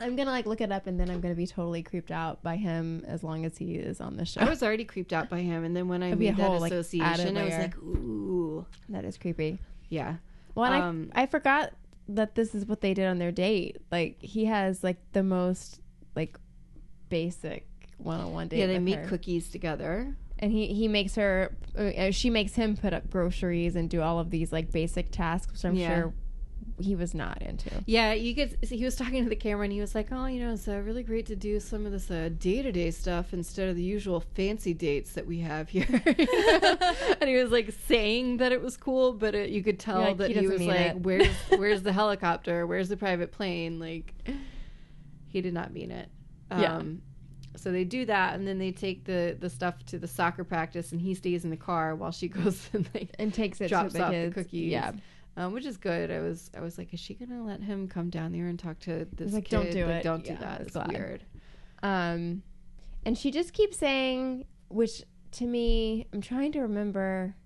S1: I'm gonna like look it up and then I'm gonna be totally creeped out by him as long as he is on the show.
S2: I was already creeped out by him, and then when I
S1: It'd be a
S2: made that
S1: whole, like, added
S2: association, I was
S1: layer.
S2: like, "Ooh,
S1: that is creepy.
S2: yeah."
S1: Well, and
S2: Um,
S1: I I forgot that this is what they did on their date. Like he has like the most like basic one-on-one date.
S2: yeah, they
S1: with
S2: make
S1: her.
S2: cookies together.
S1: and he he makes her uh, she makes him put up groceries and do all of these like basic tasks, which I'm
S2: Yeah.
S1: sure he was not into.
S2: Yeah, you could. See, he was talking to the camera, and he was like, "Oh, you know, it's uh, really great to do some of this uh, day-to-day stuff instead of the usual fancy dates that we have here." and he was like saying that it was cool, but it, you could tell
S1: like,
S2: that
S1: he
S2: he,
S1: doesn't
S2: was
S1: mean
S2: like,
S1: it.
S2: "Where's where's the helicopter? Where's the private plane?" Like, he did not mean it. Um,
S1: Yeah.
S2: So they do that, and then they take the the stuff to the soccer practice, and he stays in the car while she goes and like
S1: And takes it
S2: drops
S1: to the
S2: off
S1: kids.
S2: the cookies.
S1: Yeah,
S2: um, which is good. I was I was like, is she gonna let him come down there and talk to this
S1: like,
S2: kid?
S1: "Don't do
S2: Like,
S1: it."
S2: Don't
S1: Yeah,
S2: do that.
S1: it's
S2: It's
S1: glad.
S2: weird.
S1: Um, and she just keeps saying, which to me, I'm trying to remember.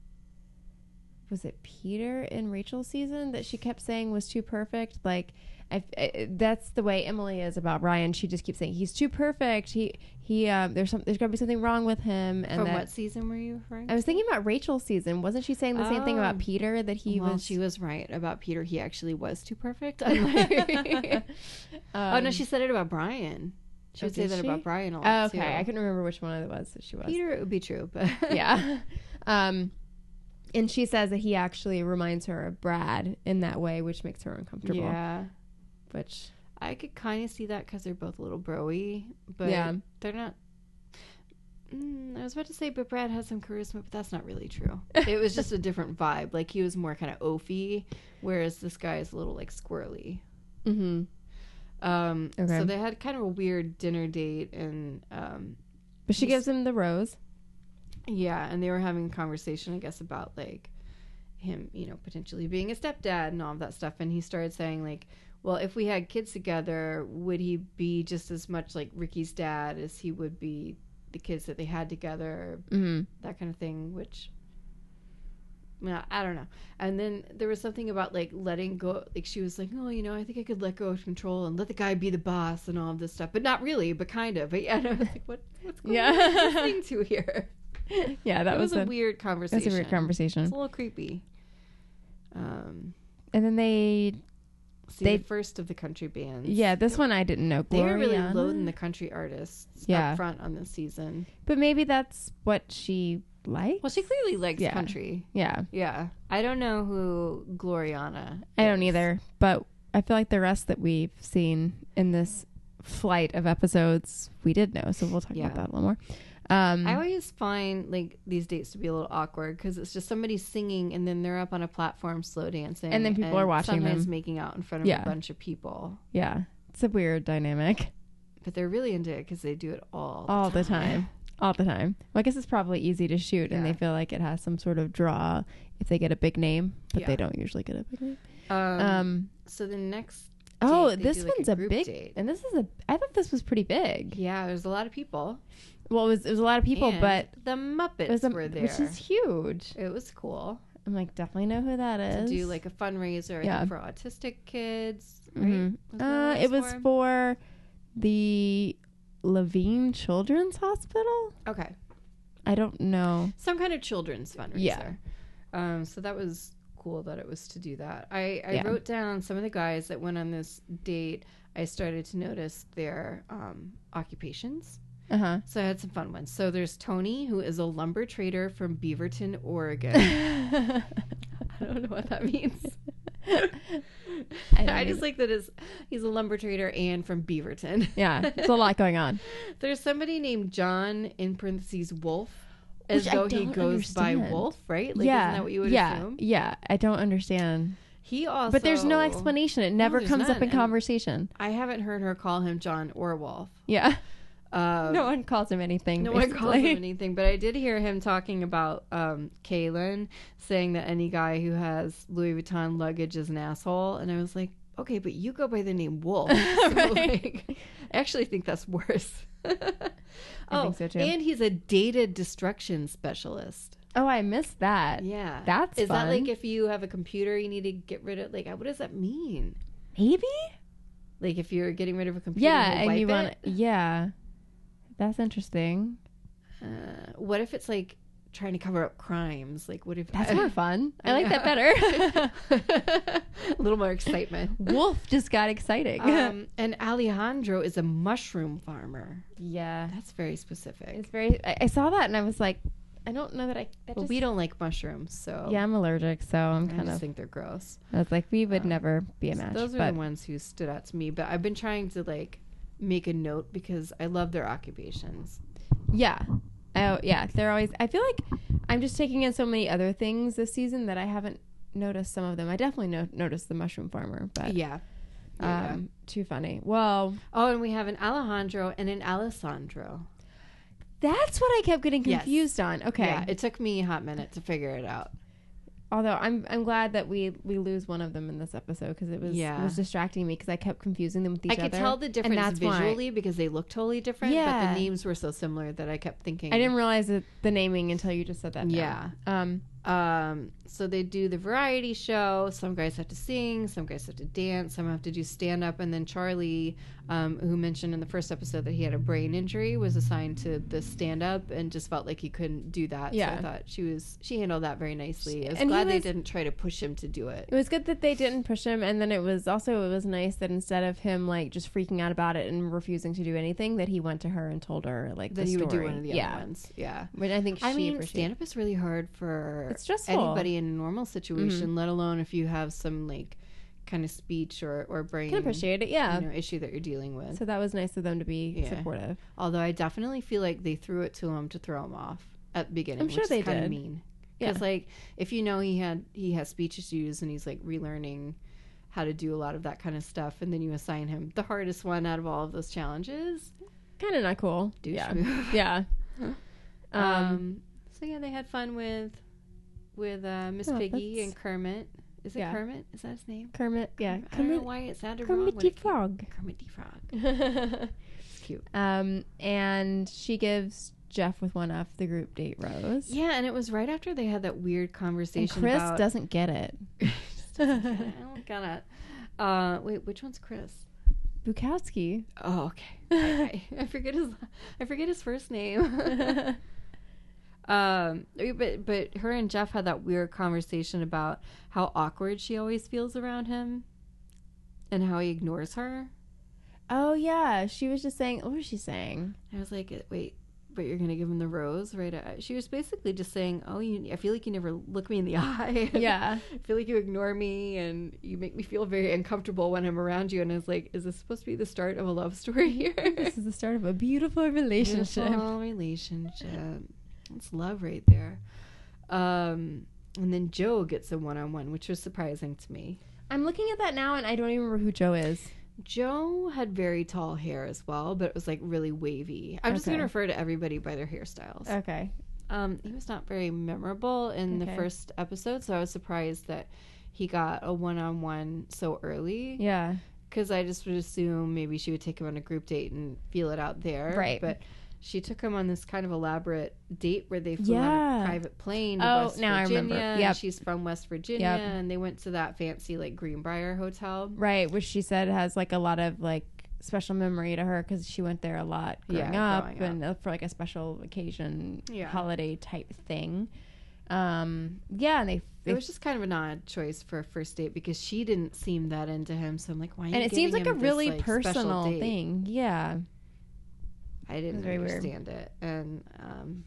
S1: Was it Peter in Rachel's season that she kept saying was too perfect? Like, I, I- that's the way Emily is about Ryan. She just keeps saying he's too perfect. He he. Um, there's some. There's gonna be something wrong with him. And
S2: From
S1: that,
S2: what season were you referring?
S1: I was thinking about Rachel's season. Wasn't she saying the same thing
S2: Oh.
S1: about Peter that he
S2: well,
S1: was? Oh,
S2: she was right about Peter. He actually was too perfect. I'm like- oh no,
S1: Um,
S2: she said it about Brian.
S1: oh,
S2: She would say
S1: did
S2: that
S1: she?
S2: about Brian a
S1: oh,
S2: lot
S1: okay,
S2: too.
S1: I couldn't remember which one it was that she was.
S2: Peter, it would be true, but
S1: yeah. Um, and she says that he actually reminds her of Brad in that way, which makes her uncomfortable.
S2: yeah.
S1: Which
S2: I could kind of see that because they're both a little broy, but
S1: Yeah.
S2: they're not. Mm, I was about to say, but Brad has some charisma, but that's not really true. It was just a different vibe. Like he was more kind of oafy, whereas this guy is a little like squirrely.
S1: mm-hmm.
S2: Um,
S1: Okay.
S2: So they had kind of a weird dinner date, and um,
S1: but she
S2: He's-
S1: gives him the rose.
S2: Yeah, and they were having a conversation, I guess, about like him, you know, potentially being a stepdad and all of that stuff. And he started saying like, well, if we had kids together, would he be just as much like Ricky's dad as he would be the kids that they had together,
S1: Mm-hmm.
S2: that kind of thing? Which, well, I don't know. And then there was something about like letting go. Like she was like, oh, you know, I think I could let go of control and let the guy be the boss and all of this stuff, but not really, but kind of. But yeah, and I was like, what, what's going
S1: Yeah.
S2: on? What are we listening to here?
S1: Yeah, that
S2: That
S1: was, a,
S2: weird
S1: that's
S2: conversation.
S1: a weird
S2: It's
S1: conversation.
S2: a little creepy. Um,
S1: And then they,
S2: see,
S1: They-
S2: the first of the country bands.
S1: yeah, this one I didn't know.
S2: they were really
S1: Gloriana?
S2: loading the country artists
S1: Yeah.
S2: up front on this season.
S1: But maybe that's what she liked.
S2: Well, she clearly likes
S1: Yeah.
S2: country.
S1: yeah,
S2: Yeah, I don't know who Gloriana.
S1: I don't
S2: is.
S1: either. But I feel like the rest that we've seen in this flight of episodes, we did know. So we'll talk
S2: Yeah.
S1: about that a little more. Um,
S2: I always find like these dates to be a little awkward because it's just somebody singing and then they're up on a platform slow dancing
S1: And then people are watching
S2: sometimes
S1: them.
S2: making out in front of
S1: Yeah.
S2: a bunch of people.
S1: yeah, it's a weird dynamic
S2: But they're really into it because they do it all the
S1: all the
S2: time.
S1: time. All the time. Well, I guess it's probably easy to shoot, and they
S2: Yeah.
S1: feel like it has some sort of draw if they get a big name, but they
S2: Yeah.
S1: don't usually get a big name.
S2: Um,
S1: Um,
S2: so the next
S1: oh,
S2: date, they
S1: this
S2: do, like,
S1: one's a,
S2: group
S1: big,
S2: date.
S1: and this is a. I thought this was pretty big.
S2: Yeah, there's a lot of people.
S1: Well, it was it was a lot of people,
S2: And
S1: but
S2: the Muppets
S1: it was a,
S2: were there.
S1: which is huge.
S2: it was cool
S1: I'm like, definitely know who that
S2: to
S1: is.
S2: do like a fundraiser I
S1: Yeah.
S2: think, for autistic kids. Right?
S1: Mhm.
S2: Wasn't
S1: Uh,
S2: that what
S1: it was
S2: for?
S1: for the Levine Children's Hospital.
S2: okay,
S1: I don't know.
S2: some kind of children's fundraiser.
S1: Yeah.
S2: Um, so that was cool that it was to do that. I, I
S1: Yeah.
S2: wrote down some of the guys that went on this date. I started to notice their um, occupations.
S1: Uh huh.
S2: So I had some fun ones. So there's Tony, who is a lumber trader from Beaverton, Oregon. I don't know what that means. I,
S1: don't
S2: just
S1: either.
S2: like that is he's a lumber trader and from Beaverton.
S1: Yeah, it's a lot going on.
S2: There's somebody named John in parentheses Wolf, as
S1: Which I
S2: though he
S1: don't
S2: goes by
S1: understand.
S2: Wolf, right? Like,
S1: yeah,
S2: isn't that what you would
S1: yeah,
S2: assume?
S1: yeah. I don't understand.
S2: He also,
S1: But there's no explanation. It never
S2: there's
S1: comes up
S2: none,
S1: in
S2: and-
S1: conversation.
S2: I haven't heard her call him John or Wolf.
S1: Yeah,
S2: Um,
S1: no one calls him anything.
S2: No one calls him
S1: basically.
S2: anything, but I did hear him talking about um, Kalen saying that any guy who has Louis Vuitton luggage is an asshole, and I was like, okay, but you go by the name Wolf. So,
S1: Right.
S2: like, I actually think that's worse. oh,
S1: think so, too.
S2: and he's a data destruction specialist.
S1: Oh, I missed that.
S2: Yeah,
S1: That's
S2: is that
S1: fun.
S2: like if you have a computer, you need to get rid of like what does that mean?
S1: Maybe.
S2: Like if you're getting rid of a computer,
S1: Yeah,
S2: you'll
S1: and you
S2: wipe
S1: want.
S2: it?
S1: Yeah, that's interesting.
S2: Uh, what if it's like trying to cover up crimes? Like what if
S1: That's more fun. I,
S2: I
S1: like that
S2: know.
S1: better.
S2: a little more excitement.
S1: Wolf just got exciting.
S2: Um, and Alejandro is a mushroom farmer.
S1: yeah,
S2: That's very specific.
S1: it's very. I, I saw that and I was like, I don't know that I. That
S2: But
S1: just,
S2: we don't like mushrooms, so
S1: yeah, I'm allergic, so I'm
S2: Oh. I
S1: kind
S2: just
S1: of.
S2: think they're gross.
S1: I was like, we would
S2: um,
S1: never be a
S2: So
S1: match.
S2: those are
S1: but
S2: the ones who stood out to me. But I've been trying to like make a note because I love their occupations.
S1: yeah, oh yeah, they're always. I feel like I'm just taking in so many other things this season that I haven't noticed some of them. I definitely no- noticed the mushroom farmer, but
S2: Yeah. Yeah.
S1: um, too funny. Well,
S2: oh, and we have an Alejandro and an Alessandro.
S1: that's what I kept getting
S2: Yes.
S1: confused on. Okay,
S2: Yeah, it took me a hot minute to figure it out.
S1: Although I'm I'm glad that we we lose one of them in this episode because it was
S2: Yeah.
S1: it was distracting me because I kept confusing them with each
S2: I
S1: other.
S2: could tell the difference
S1: that's why-
S2: visually because they look totally different, but
S1: Yeah.
S2: the names were so similar that I kept thinking.
S1: I didn't realize that the naming until you just said that. down.
S2: Yeah.
S1: Um.
S2: Um, so they do the variety show. Some guys have to sing, some guys have to dance, some have to do stand up. And then Charlie, um, who mentioned in the first episode that he had a brain injury, was assigned to the stand up and just felt like he couldn't do that. So
S1: Yeah.
S2: I thought she was she handled that very nicely. I was
S1: and he
S2: glad they
S1: was-
S2: didn't try to push him to do it.
S1: It was good that they didn't push him, and then it was also it was nice that instead of him like just freaking out about it and refusing to do anything, that he went to her and told her like
S2: That
S1: the
S2: he would do
S1: story.
S2: one of the
S1: yeah.
S2: other ones. Yeah.
S1: But I think she
S2: I mean,
S1: appreciated.
S2: stand up is really hard for
S1: It's stressful.
S2: anybody in a normal situation,
S1: Mm-hmm.
S2: let alone if you have some like kind of speech or or brain
S1: Can appreciate it. Yeah.
S2: you know issue that you're dealing with.
S1: So that was nice of them to be
S2: Yeah.
S1: supportive.
S2: Although I definitely feel like they threw it to him to throw him off at the beginning,
S1: I'm sure
S2: which
S1: they
S2: is kind
S1: did.
S2: of mean.
S1: Yeah.
S2: Because like if you know he had he has speech issues and he's like relearning how to do a lot of that kind of stuff, and then you assign him the hardest one out of all of those challenges.
S1: Kind of not cool.
S2: Douche
S1: yeah.
S2: move.
S1: Yeah.
S2: Um,
S1: um
S2: So yeah, they had fun with with uh, Miss
S1: Oh,
S2: Piggy
S1: that's-
S2: and Kermit. Is it
S1: Yeah.
S2: Kermit? Is that his name?
S1: Kermit, yeah,
S2: I don't know
S1: Kermit,
S2: why it sounded wrong.
S1: Kermit
S2: when
S1: the
S2: it came-
S1: Frog.
S2: Kermit the Frog. It's cute.
S1: um, and she gives Jeff with one F the group date rose.
S2: Yeah, and it was right after they had that weird
S1: and
S2: conversation.
S1: Chris
S2: about,
S1: doesn't get it.
S2: I don't get it. Uh, wait, which one's Chris?
S1: Bukowski.
S2: Oh, okay. I, I, I forget his. I forget his first name. um, but but her and Jeff had that weird conversation about how awkward she always feels around him, and how he ignores her.
S1: Oh yeah, she was just saying. What was she saying?
S2: I was like, wait, but you're gonna give him the rose, right? Uh, She was basically just saying, oh, you. I feel like you never look me in the eye. I feel like you ignore me and you make me feel very uncomfortable when I'm around you. And I was like, is this supposed to be the start of a love story here?
S1: this is the start of a beautiful relationship.
S2: Beautiful relationship. It's love right there. Um, and then Joe gets a one on one, which was surprising to me.
S1: I'm looking at that now, and I don't even remember who Joe is.
S2: Joe had very tall hair as well, but it was like really wavy. I'm just going
S1: Okay.
S2: to refer to everybody by their hairstyles.
S1: Okay.
S2: Um, he was not very memorable in the
S1: Okay.
S2: first episode, so I was surprised that he got a one on one so early.
S1: Yeah.
S2: because I just would assume maybe she would take him on a group date and feel it out there.
S1: Right.
S2: But she took him on this kind of elaborate date where they flew on
S1: Yeah.
S2: a private plane. To
S1: Oh,
S2: West
S1: now I remember.
S2: Virginia, and
S1: Yep.
S2: She's from West Virginia,
S1: Yep.
S2: and they went to that fancy like Greenbrier hotel.
S1: Right, which she said has like a lot of like special memory to her because she went there a lot growing
S2: Yeah,
S1: up
S2: growing
S1: and uh, for like a special occasion,
S2: Yeah.
S1: holiday type thing. Um, yeah, and they,
S2: It
S1: they
S2: was just kind of an odd choice for a first date because she didn't seem that into him. So I'm like, why? Are you
S1: and it seems
S2: giving
S1: like a
S2: him this,
S1: really
S2: like, special
S1: personal
S2: date?
S1: thing. Yeah,
S2: I
S1: was
S2: didn't
S1: very weird.
S2: understand it, and um,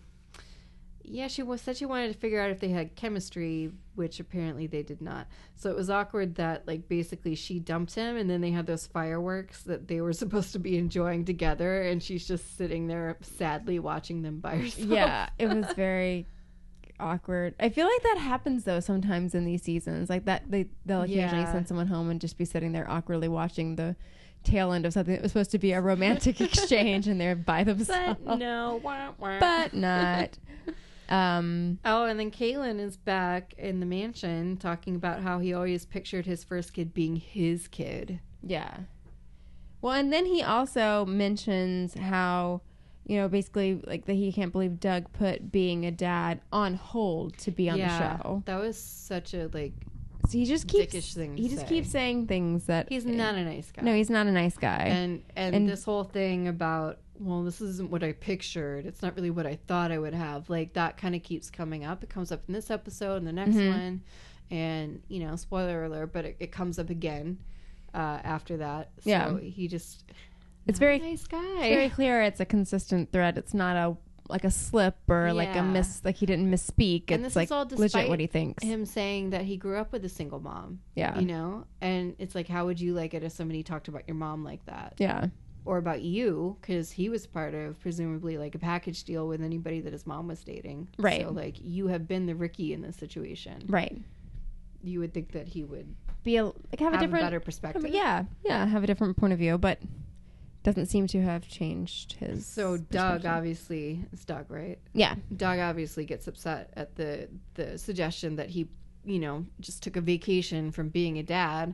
S2: yeah, she was, said she wanted to figure out if they had chemistry, which apparently they did not. So it was awkward that like basically she dumped him, and then they had those fireworks that they were supposed to be enjoying together, and she's just sitting there sadly watching them by herself.
S1: yeah, it was very awkward. I feel like that happens though sometimes in these seasons, like that they they'll occasionally
S2: Yeah.
S1: send someone home and just be sitting there awkwardly watching the tail end of something that was supposed to be a romantic exchange, and they're by themselves,
S2: but no, wah, wah.
S1: but not. Um,
S2: Oh, and then Caitlin is back in the mansion talking about how he always pictured his first kid being his kid.
S1: Yeah. Well, and then he also mentions how, you know, basically like that he can't believe Doug put being a dad on hold to be on the show.
S2: That was such a like
S1: So he just keeps
S2: Dickish thing to
S1: he just
S2: say.
S1: keeps saying things that
S2: He's not a nice guy.
S1: No, he's not a nice guy.
S2: and, and
S1: and-
S2: this whole thing about well, this isn't what I pictured. It's not really what I thought I would have. Like that kind of keeps coming up. It comes up in this episode and the next
S1: Mhm.
S2: one, and you know, spoiler alert, but it, it comes up again uh, after that. So
S1: Yeah.
S2: he just
S1: It's
S2: not
S1: very-
S2: a nice guy.
S1: It's very clear it's a consistent thread. It's not a like a slip or like a
S2: Yeah.
S1: miss like he didn't misspeak.
S2: And
S1: it's
S2: this
S1: like
S2: is all
S1: legit
S2: despite
S1: what he thinks.
S2: Him saying that he grew up with a single mom,
S1: yeah.
S2: you know, and it's like, how would you like it if somebody talked about your mom like that?
S1: yeah.
S2: or about you because he was part of presumably like a package deal with anybody that his mom was dating.
S1: Right.
S2: So like you have been the Ricky in this situation.
S1: Right.
S2: You would think that he would
S1: Be a, like have,
S2: have,
S1: a different
S2: a better perspective.
S1: Yeah, yeah, have a different point of view, but doesn't seem to have changed his.
S2: So Doug
S1: perception.
S2: obviously it's Doug, right?
S1: yeah,
S2: Doug obviously gets upset at the the suggestion that he, you know, just took a vacation from being a dad,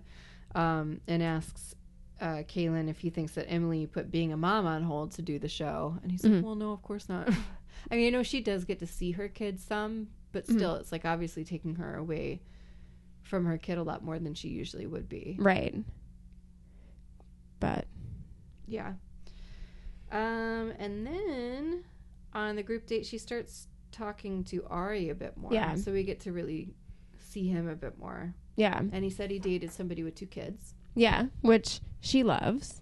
S2: um, and asks uh, Kaylin if he thinks that Emily put being a mom on hold to do the show, and he's
S1: Mhm.
S2: like, "Well, no, of course not." I mean, I know she does get to see her kid some, but
S1: Mhm.
S2: still, it's like obviously taking her away from her kid a lot more than she usually would be.
S1: right. But
S2: Yeah. Um, and then on the group date, she starts talking to Ari a bit more.
S1: Yeah.
S2: So we get to really see him a bit more.
S1: yeah,
S2: And he said he dated somebody with two kids.
S1: yeah, which she loves,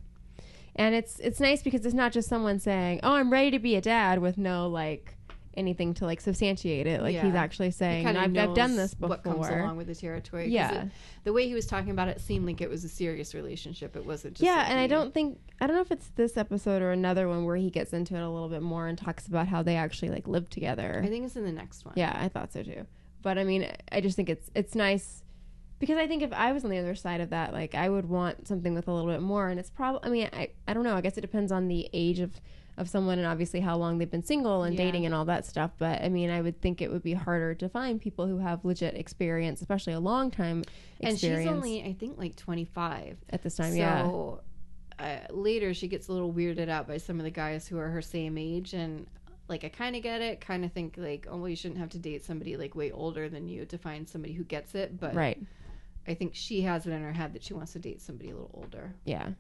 S1: and it's it's nice because it's not just someone saying, "Oh, I'm ready to be a dad," with no like anything to like substantiate it. Like
S2: Yeah.
S1: he's actually
S2: He
S1: saying,
S2: kinda
S1: "I've, I've done
S2: knows
S1: this before."
S2: What comes along with the territory? 'Cause
S1: Yeah.
S2: it- the way he was talking about it seemed like it was a serious relationship. It wasn't just.
S1: yeah,
S2: like
S1: and I
S2: he-
S1: don't think I don't know if it's this episode or another one where he gets into it a little bit more and talks about how they actually like live together.
S2: I think it's in the next one.
S1: Yeah, I thought so too. But I mean, I just think it's it's nice because I think if I was on the other side of that, like I would want something with a little bit more. And it's probably, I mean, I I don't know. I guess it depends on the age of of someone and obviously how long they've been single and
S2: Yeah.
S1: dating and all that stuff. But I mean, I would think it would be harder to find people who have legit experience, especially a long time
S2: and she's
S1: experience
S2: only I think like 25.
S1: at this time. yeah.
S2: So uh, later she gets a little weirded out by some of the guys who are her same age and like I kind of get it, kind of think like oh well you shouldn't have to date somebody like way older than you to find somebody who gets it, but
S1: Right.
S2: I think she has it in her head that she wants to date somebody a little older.
S1: Yeah.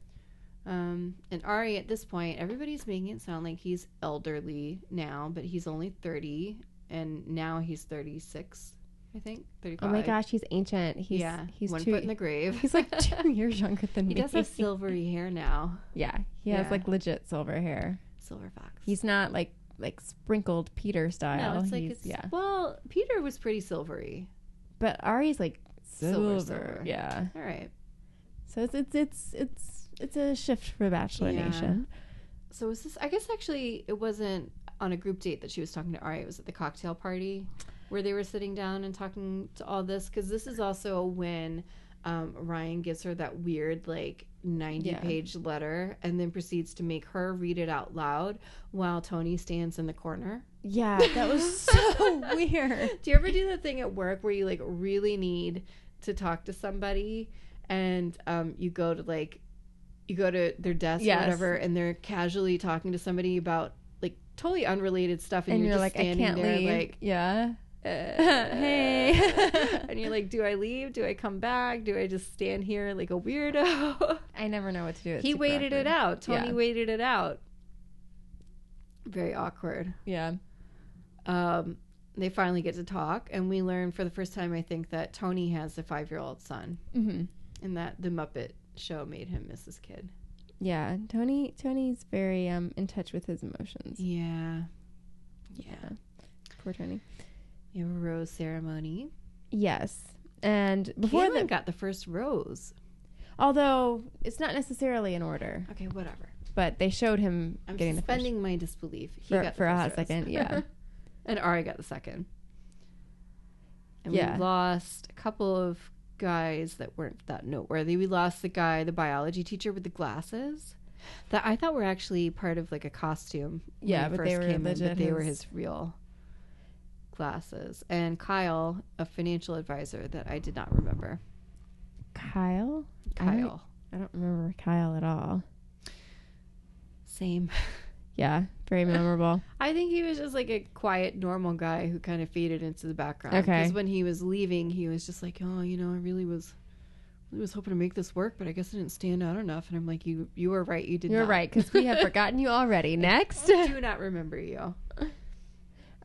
S2: Um, and Ari, at this point, everybody's making it sound like he's elderly now, but he's only 30, and now he's 36, I think. 35.
S1: Oh my gosh, he's ancient. He's
S2: yeah,
S1: he's
S2: one
S1: two
S2: foot in the grave.
S1: he's like two years younger than
S2: he
S1: me.
S2: does have silvery hair now.
S1: yeah. He has
S2: Yeah.
S1: like legit silver hair.
S2: Silver fox.
S1: He's not like like sprinkled Peter style.
S2: no, it's like
S1: He's-
S2: it's
S1: yeah.
S2: well, Peter was pretty silvery.
S1: But Ari's like
S2: Silver,
S1: silver.
S2: silver.
S1: Yeah.
S2: All right.
S1: So it's it's it's it's it's a shift for Bachelor
S2: Yeah.
S1: Nation.
S2: So was this? I guess actually, it wasn't on a group date that she was talking to Ari. It was at the cocktail party where they were sitting down and talking to all this. Because this is also when um, Ryan gives her that weird like
S1: Yeah.
S2: ninety-page letter, and then proceeds to make her read it out loud while Tony stands in the corner.
S1: Yeah, that was so weird.
S2: Do you ever do that thing at work where you like really need to talk to somebody and um, you go to like you go to their desk
S1: Yes.
S2: or whatever and they're casually talking to somebody about like totally unrelated stuff and,
S1: And,
S2: you're,
S1: you're like,
S2: just
S1: I
S2: standing
S1: can't
S2: there
S1: leave.
S2: like
S1: yeah.
S2: "Uh,"
S1: Hey.
S2: and you're like do I leave do I come back do I just stand here like a weirdo
S1: I never know what to do. It's
S2: he
S1: super
S2: waited it
S1: awkward.
S2: out Tony
S1: Yeah.
S2: waited it out very awkward
S1: Yeah.
S2: um, they finally get to talk, and we learn for the first time, I think, that Tony has a five year old son,
S1: Mm-hmm.
S2: and that the Muppet show made him miss his kid.
S1: Yeah, Tony. Tony's very um in touch with his emotions.
S2: Yeah. Yeah.
S1: Poor Tony.
S2: We have a rose ceremony.
S1: Yes, and before
S2: Before
S1: that,
S2: got the first rose.
S1: although it's not necessarily in order,
S2: Okay, whatever.
S1: but they showed him
S2: I'm
S1: getting the first
S2: suspending my disbelief. He
S1: For-
S2: got the
S1: for a
S2: first
S1: hot
S2: rose.
S1: second, yeah.
S2: and Ari got the second. And
S1: Yeah.
S2: we lost a couple of guys that weren't that noteworthy. We lost the guy, the biology teacher with the glasses, that I thought were actually part of like a costume. when
S1: Yeah,
S2: he
S1: but
S2: first
S1: they were
S2: came in,
S1: legit
S2: but they were
S1: his-
S2: his real glasses. And Kyle, a financial advisor that I did not remember.
S1: Kyle. I don't-
S2: Kyle,
S1: I don't remember Kyle at all.
S2: same.
S1: Yeah, very memorable.
S2: I think he was just like a quiet, normal guy who kind of faded into the background.
S1: Okay.
S2: Because when he was leaving, he was just like, "Oh, you know, I really was, really was hoping to make this work, but I guess I didn't stand out enough." And I'm like, "You, you were right. You did.
S1: You're
S2: not.
S1: right because we have forgotten you already. Next,
S2: I do not remember you.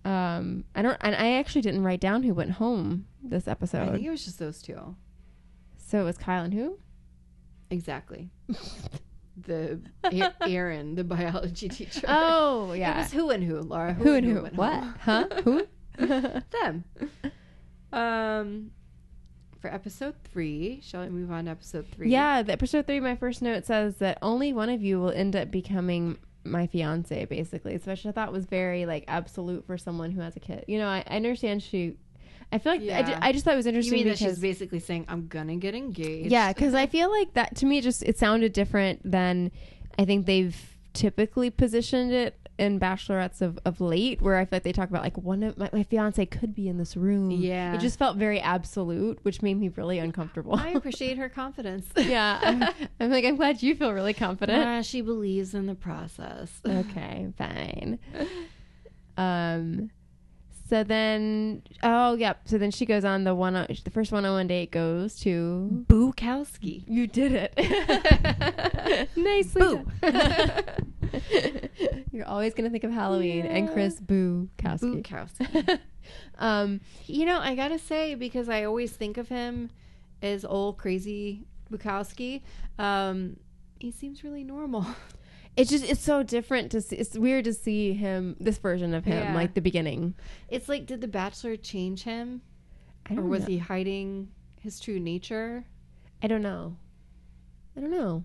S1: um, I don't. And I actually didn't write down who went home this
S2: I
S1: episode.
S2: think it was just those two.
S1: So it was Kyle and who?
S2: Exactly. the A- Aaron, the biology teacher.
S1: Oh
S2: It
S1: yeah.
S2: was who and who, Laura.
S1: Who and who?
S2: went
S1: What?
S2: home.
S1: Huh? Who?
S2: them. Um, for episode three, shall we move on to episode three?
S1: Yeah, the episode three, my first note says that only one of you will end up becoming my fiance, basically. So which I thought was very like absolute for someone who has a kid. You know, I, I understand she. I feel like I, ju-
S2: Yeah.
S1: I just thought it was
S2: You
S1: interesting
S2: mean that
S1: because
S2: she's basically saying, "I'm gonna get engaged"?
S1: yeah, because I feel like that to me it just it sounded different than I think they've typically positioned it in bachelorettes of, of late where i feel like they talk about like one of my, my fiance could be in this room
S2: Yeah.
S1: it just felt very absolute which made me really uncomfortable
S2: I appreciate her confidence.
S1: yeah I'm, I'm like i'm glad you feel really confident
S2: Uh, she believes in the process.
S1: Uh, okay, fine. Um, so then, oh yep. So then she goes on the one, the first one on one date goes to.
S2: Bukowski.
S1: You did it. Nicely.
S2: Boo.
S1: done. You're always gonna think of Halloween and
S2: Yeah.
S1: Chris Bukowski.
S2: Bukowski.
S1: um,
S2: You know, I gotta say because I always think of him as old crazy Bukowski. Um, he seems really normal.
S1: it's just it's so different to see. It's weird to see him, this version of him,
S2: Yeah.
S1: like the beginning.
S2: It's like, did The Bachelor change him,
S1: I
S2: or
S1: don't
S2: was
S1: know.
S2: he hiding his true nature?
S1: I don't know. I don't know.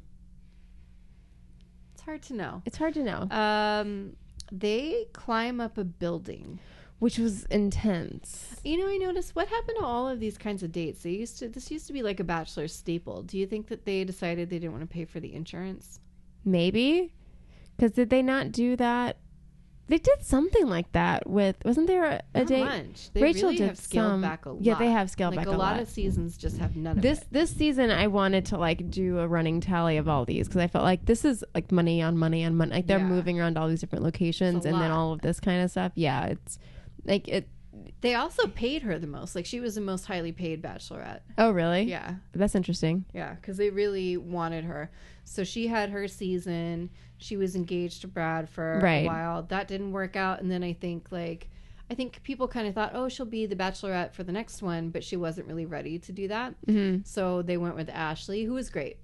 S2: It's hard to know.
S1: It's hard to know.
S2: Um, they climb up a building.
S1: Which was intense.
S2: You know, I noticed what happened to all of these kinds of dates. They used to this used to be like a bachelor's staple. Do you think that they decided they didn't want to pay for the insurance?
S1: Maybe. Because did they not do that? They did something like that with wasn't there a, a
S2: Not
S1: date?
S2: much. They
S1: Rachel
S2: really
S1: did
S2: have scaled
S1: some-
S2: back a lot.
S1: Yeah, they have scaled
S2: like
S1: back
S2: a lot, of seasons just have none of
S1: this
S2: it.
S1: this season I wanted to like do a running tally of all these because I felt like this is like money on money on money like they're
S2: Yeah.
S1: moving around all these different locations and then
S2: lot.
S1: all of this kind of stuff yeah it's like it
S2: They also paid her the most. Like she was the most highly paid bachelorette.
S1: oh really
S2: Yeah,
S1: that's interesting
S2: yeah, because they really wanted her. So she had her season. She was engaged to Brad for
S1: Right.
S2: a while. That didn't work out, and then I think like. I think people kind of thought, oh, she'll be the bachelorette for the next one, but she wasn't really ready to do that.
S1: mm-hmm.
S2: So they went with Ashley, who was great.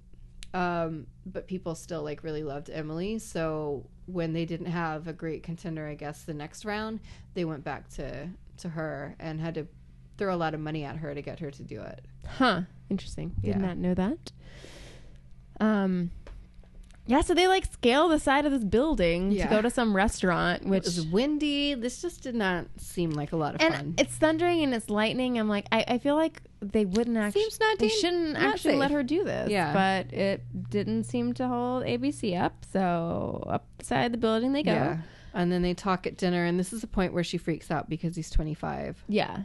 S2: Um, but people still like really loved Emily. So when they didn't have a great contender, I guess the next round, they went back to to her and had to throw a lot of money at her to get her to do it.
S1: huh interesting
S2: Yeah.
S1: did not know that um yeah so they like scale the side of this building
S2: Yeah.
S1: to go to some restaurant
S2: Which
S1: which
S2: it was windy. This just did not seem like a lot of
S1: and
S2: fun.
S1: it's thundering and it's lightning. I'm like, I, I feel like they wouldn't actually.
S2: Seems not
S1: They
S2: dan-
S1: shouldn't
S2: not
S1: actually
S2: safe.
S1: let her do this.
S2: Yeah.
S1: But it didn't seem to hold ABC up, so upside the building they go.
S2: yeah. And then they talk at dinner, and this is the point where she freaks out because he's 25.
S1: Yeah.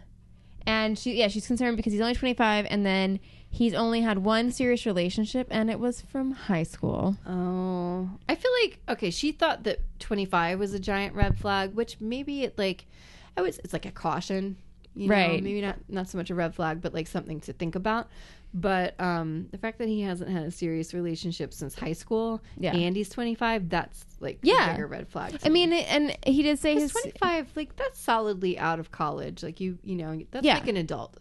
S1: And she, yeah, she's concerned because he's only 25, and then he's only had one serious relationship, and it was from high school.
S2: Oh, I feel like okay. She thought that twenty five was a giant red flag, which maybe it like, I was it's like a caution, you know?
S1: Right.
S2: Maybe not not so much a red flag, but like something to think about. But um, the fact that he hasn't had a serious relationship since high school,
S1: Yeah.
S2: and he's twenty five, that's like
S1: Yeah.
S2: a bigger red flag.
S1: I mean, and he did say his.
S2: twenty five, like that's solidly out of college. Like you, you know, that's
S1: Yeah.
S2: like an adult.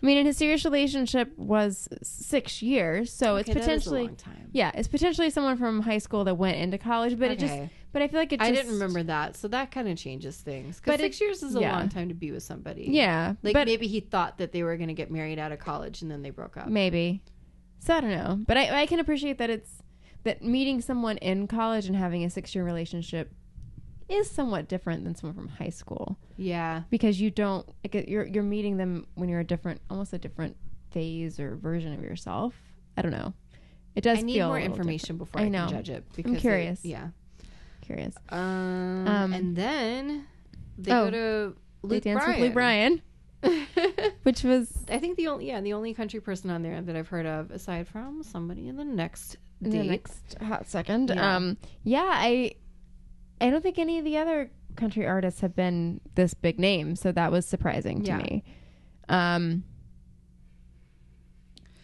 S1: I mean, and his serious relationship was six years, so
S2: Okay,
S1: Oh, it's
S2: that is a
S1: potentially.
S2: long time.
S1: Yeah, it's potentially someone from high school that went into college, but it just.
S2: Okay.
S1: But I feel like it. Just,
S2: I didn't remember that, so that kind of changes things. Because
S1: But
S2: six years is a
S1: yeah.
S2: long time to be with somebody.
S1: Yeah,
S2: Like
S1: but
S2: maybe he thought that they were going to get married out of college and then they broke up.
S1: maybe. So I don't know, but I, I can appreciate that it's that meeting someone in college and having a six-year relationship is somewhat different than someone from high school
S2: Yeah.
S1: because you don't like you're you're meeting them when you're a different, almost a different phase or version of yourself. I don't know. It does.
S2: I need
S1: feel a
S2: more
S1: little
S2: information before
S1: I
S2: I,
S1: know.
S2: can judge it. Because it-
S1: curious.
S2: yeah.
S1: different. Curious.
S2: Um,
S1: Um,
S2: and then they
S1: oh,
S2: go to Luke
S1: they dance
S2: Bryan.
S1: with Luke Bryan, which was
S2: I think the only yeah the only country person on there that I've heard of aside from somebody in the next
S1: in
S2: date.
S1: the next hot second.
S2: Yeah.
S1: Um, yeah, I, I don't think any of the other country artists have been this big name, so that was surprising to
S2: Yeah.
S1: me. Um,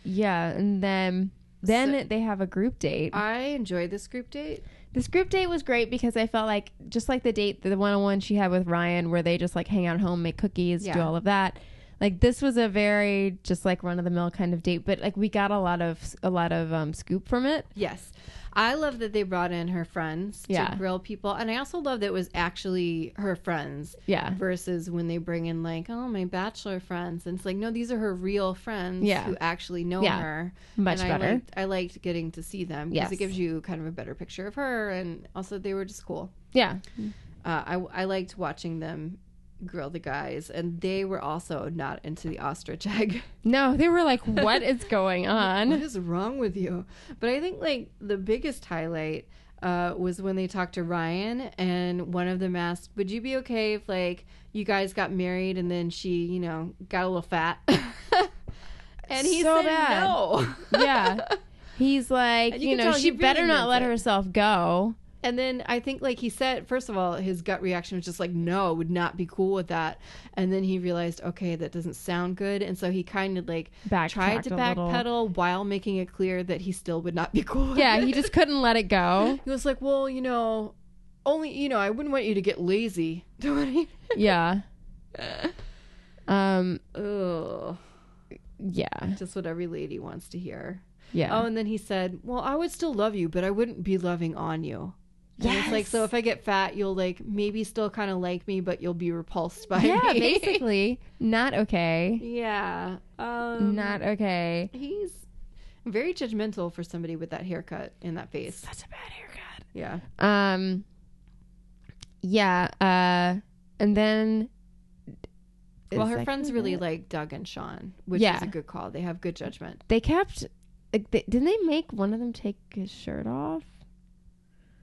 S1: yeah, and then then they have a group date.
S2: I enjoyed this group date.
S1: this group date was great because I felt like just like the date, the one on one she had with Ryan, where they just like hang out at home, make cookies, do
S2: Yeah.
S1: all of that. Like this was a very just like run of the mill kind of date, but like we got a lot of a lot of um, scoop from it.
S2: Yes. I love that they brought in her friends
S1: Yeah.
S2: to grill people. And I also love that it was actually her friends
S1: Yeah,
S2: versus when they bring in like, oh, my bachelor friends. And it's like, no, these are her real friends
S1: Yeah.
S2: who actually know
S1: Yeah.
S2: her.
S1: much
S2: and
S1: better.
S2: I liked, I liked getting to see them because
S1: Yes.
S2: it gives you kind of a better picture of her. And also, they were just cool.
S1: Yeah.
S2: Uh, I, I liked watching them grill the guys. And they were also not into the ostrich egg.
S1: No, they were like, what is going
S2: What
S1: on?
S2: is wrong with you? But I think like the biggest highlight uh, was when they talked to Ryan and one of them asked, "Would you be okay if like you guys got married and then she, you know, got a little fat?" and he
S1: So
S2: said
S1: bad.
S2: no.
S1: Yeah. He's like,
S2: And
S1: you,
S2: you can
S1: know,
S2: tell
S1: she
S2: he really
S1: better not
S2: meant
S1: let
S2: it.
S1: herself go.
S2: And then I think like he said, first of all, his gut reaction was just like, no, would not be cool with that. And then he realized, okay, that doesn't sound good. And so he kind of like
S1: Backtracked
S2: tried to
S1: a little.
S2: backpedal while making it clear that he still would not be cool. with
S1: Yeah,
S2: it.
S1: he just couldn't let it go.
S2: He was like, "Well, you know, only you know, I wouldn't want you to get lazy." Do you
S1: Yeah. Um.
S2: Oh,
S1: Yeah.
S2: just what every lady wants to hear.
S1: Yeah.
S2: Oh, and then he said, "Well, I would still love you, but I wouldn't be loving on you." And it's like, so
S1: Yes.
S2: if I get fat, you'll like maybe still kind of like me, but you'll be repulsed by
S1: yeah.
S2: me.
S1: Basically, not okay.
S2: yeah. Um,
S1: Not okay.
S2: He's very judgmental for somebody with that haircut and that face.
S1: Such a bad haircut.
S2: Yeah.
S1: Um. Yeah. Uh. And then.
S2: Well,
S1: is
S2: her
S1: that
S2: friends
S1: kinda
S2: really
S1: it?
S2: like Doug and Sean, which
S1: Yeah.
S2: is a good call. They have good judgment.
S1: They kept. Like, they, didn't they make one of them take his shirt off?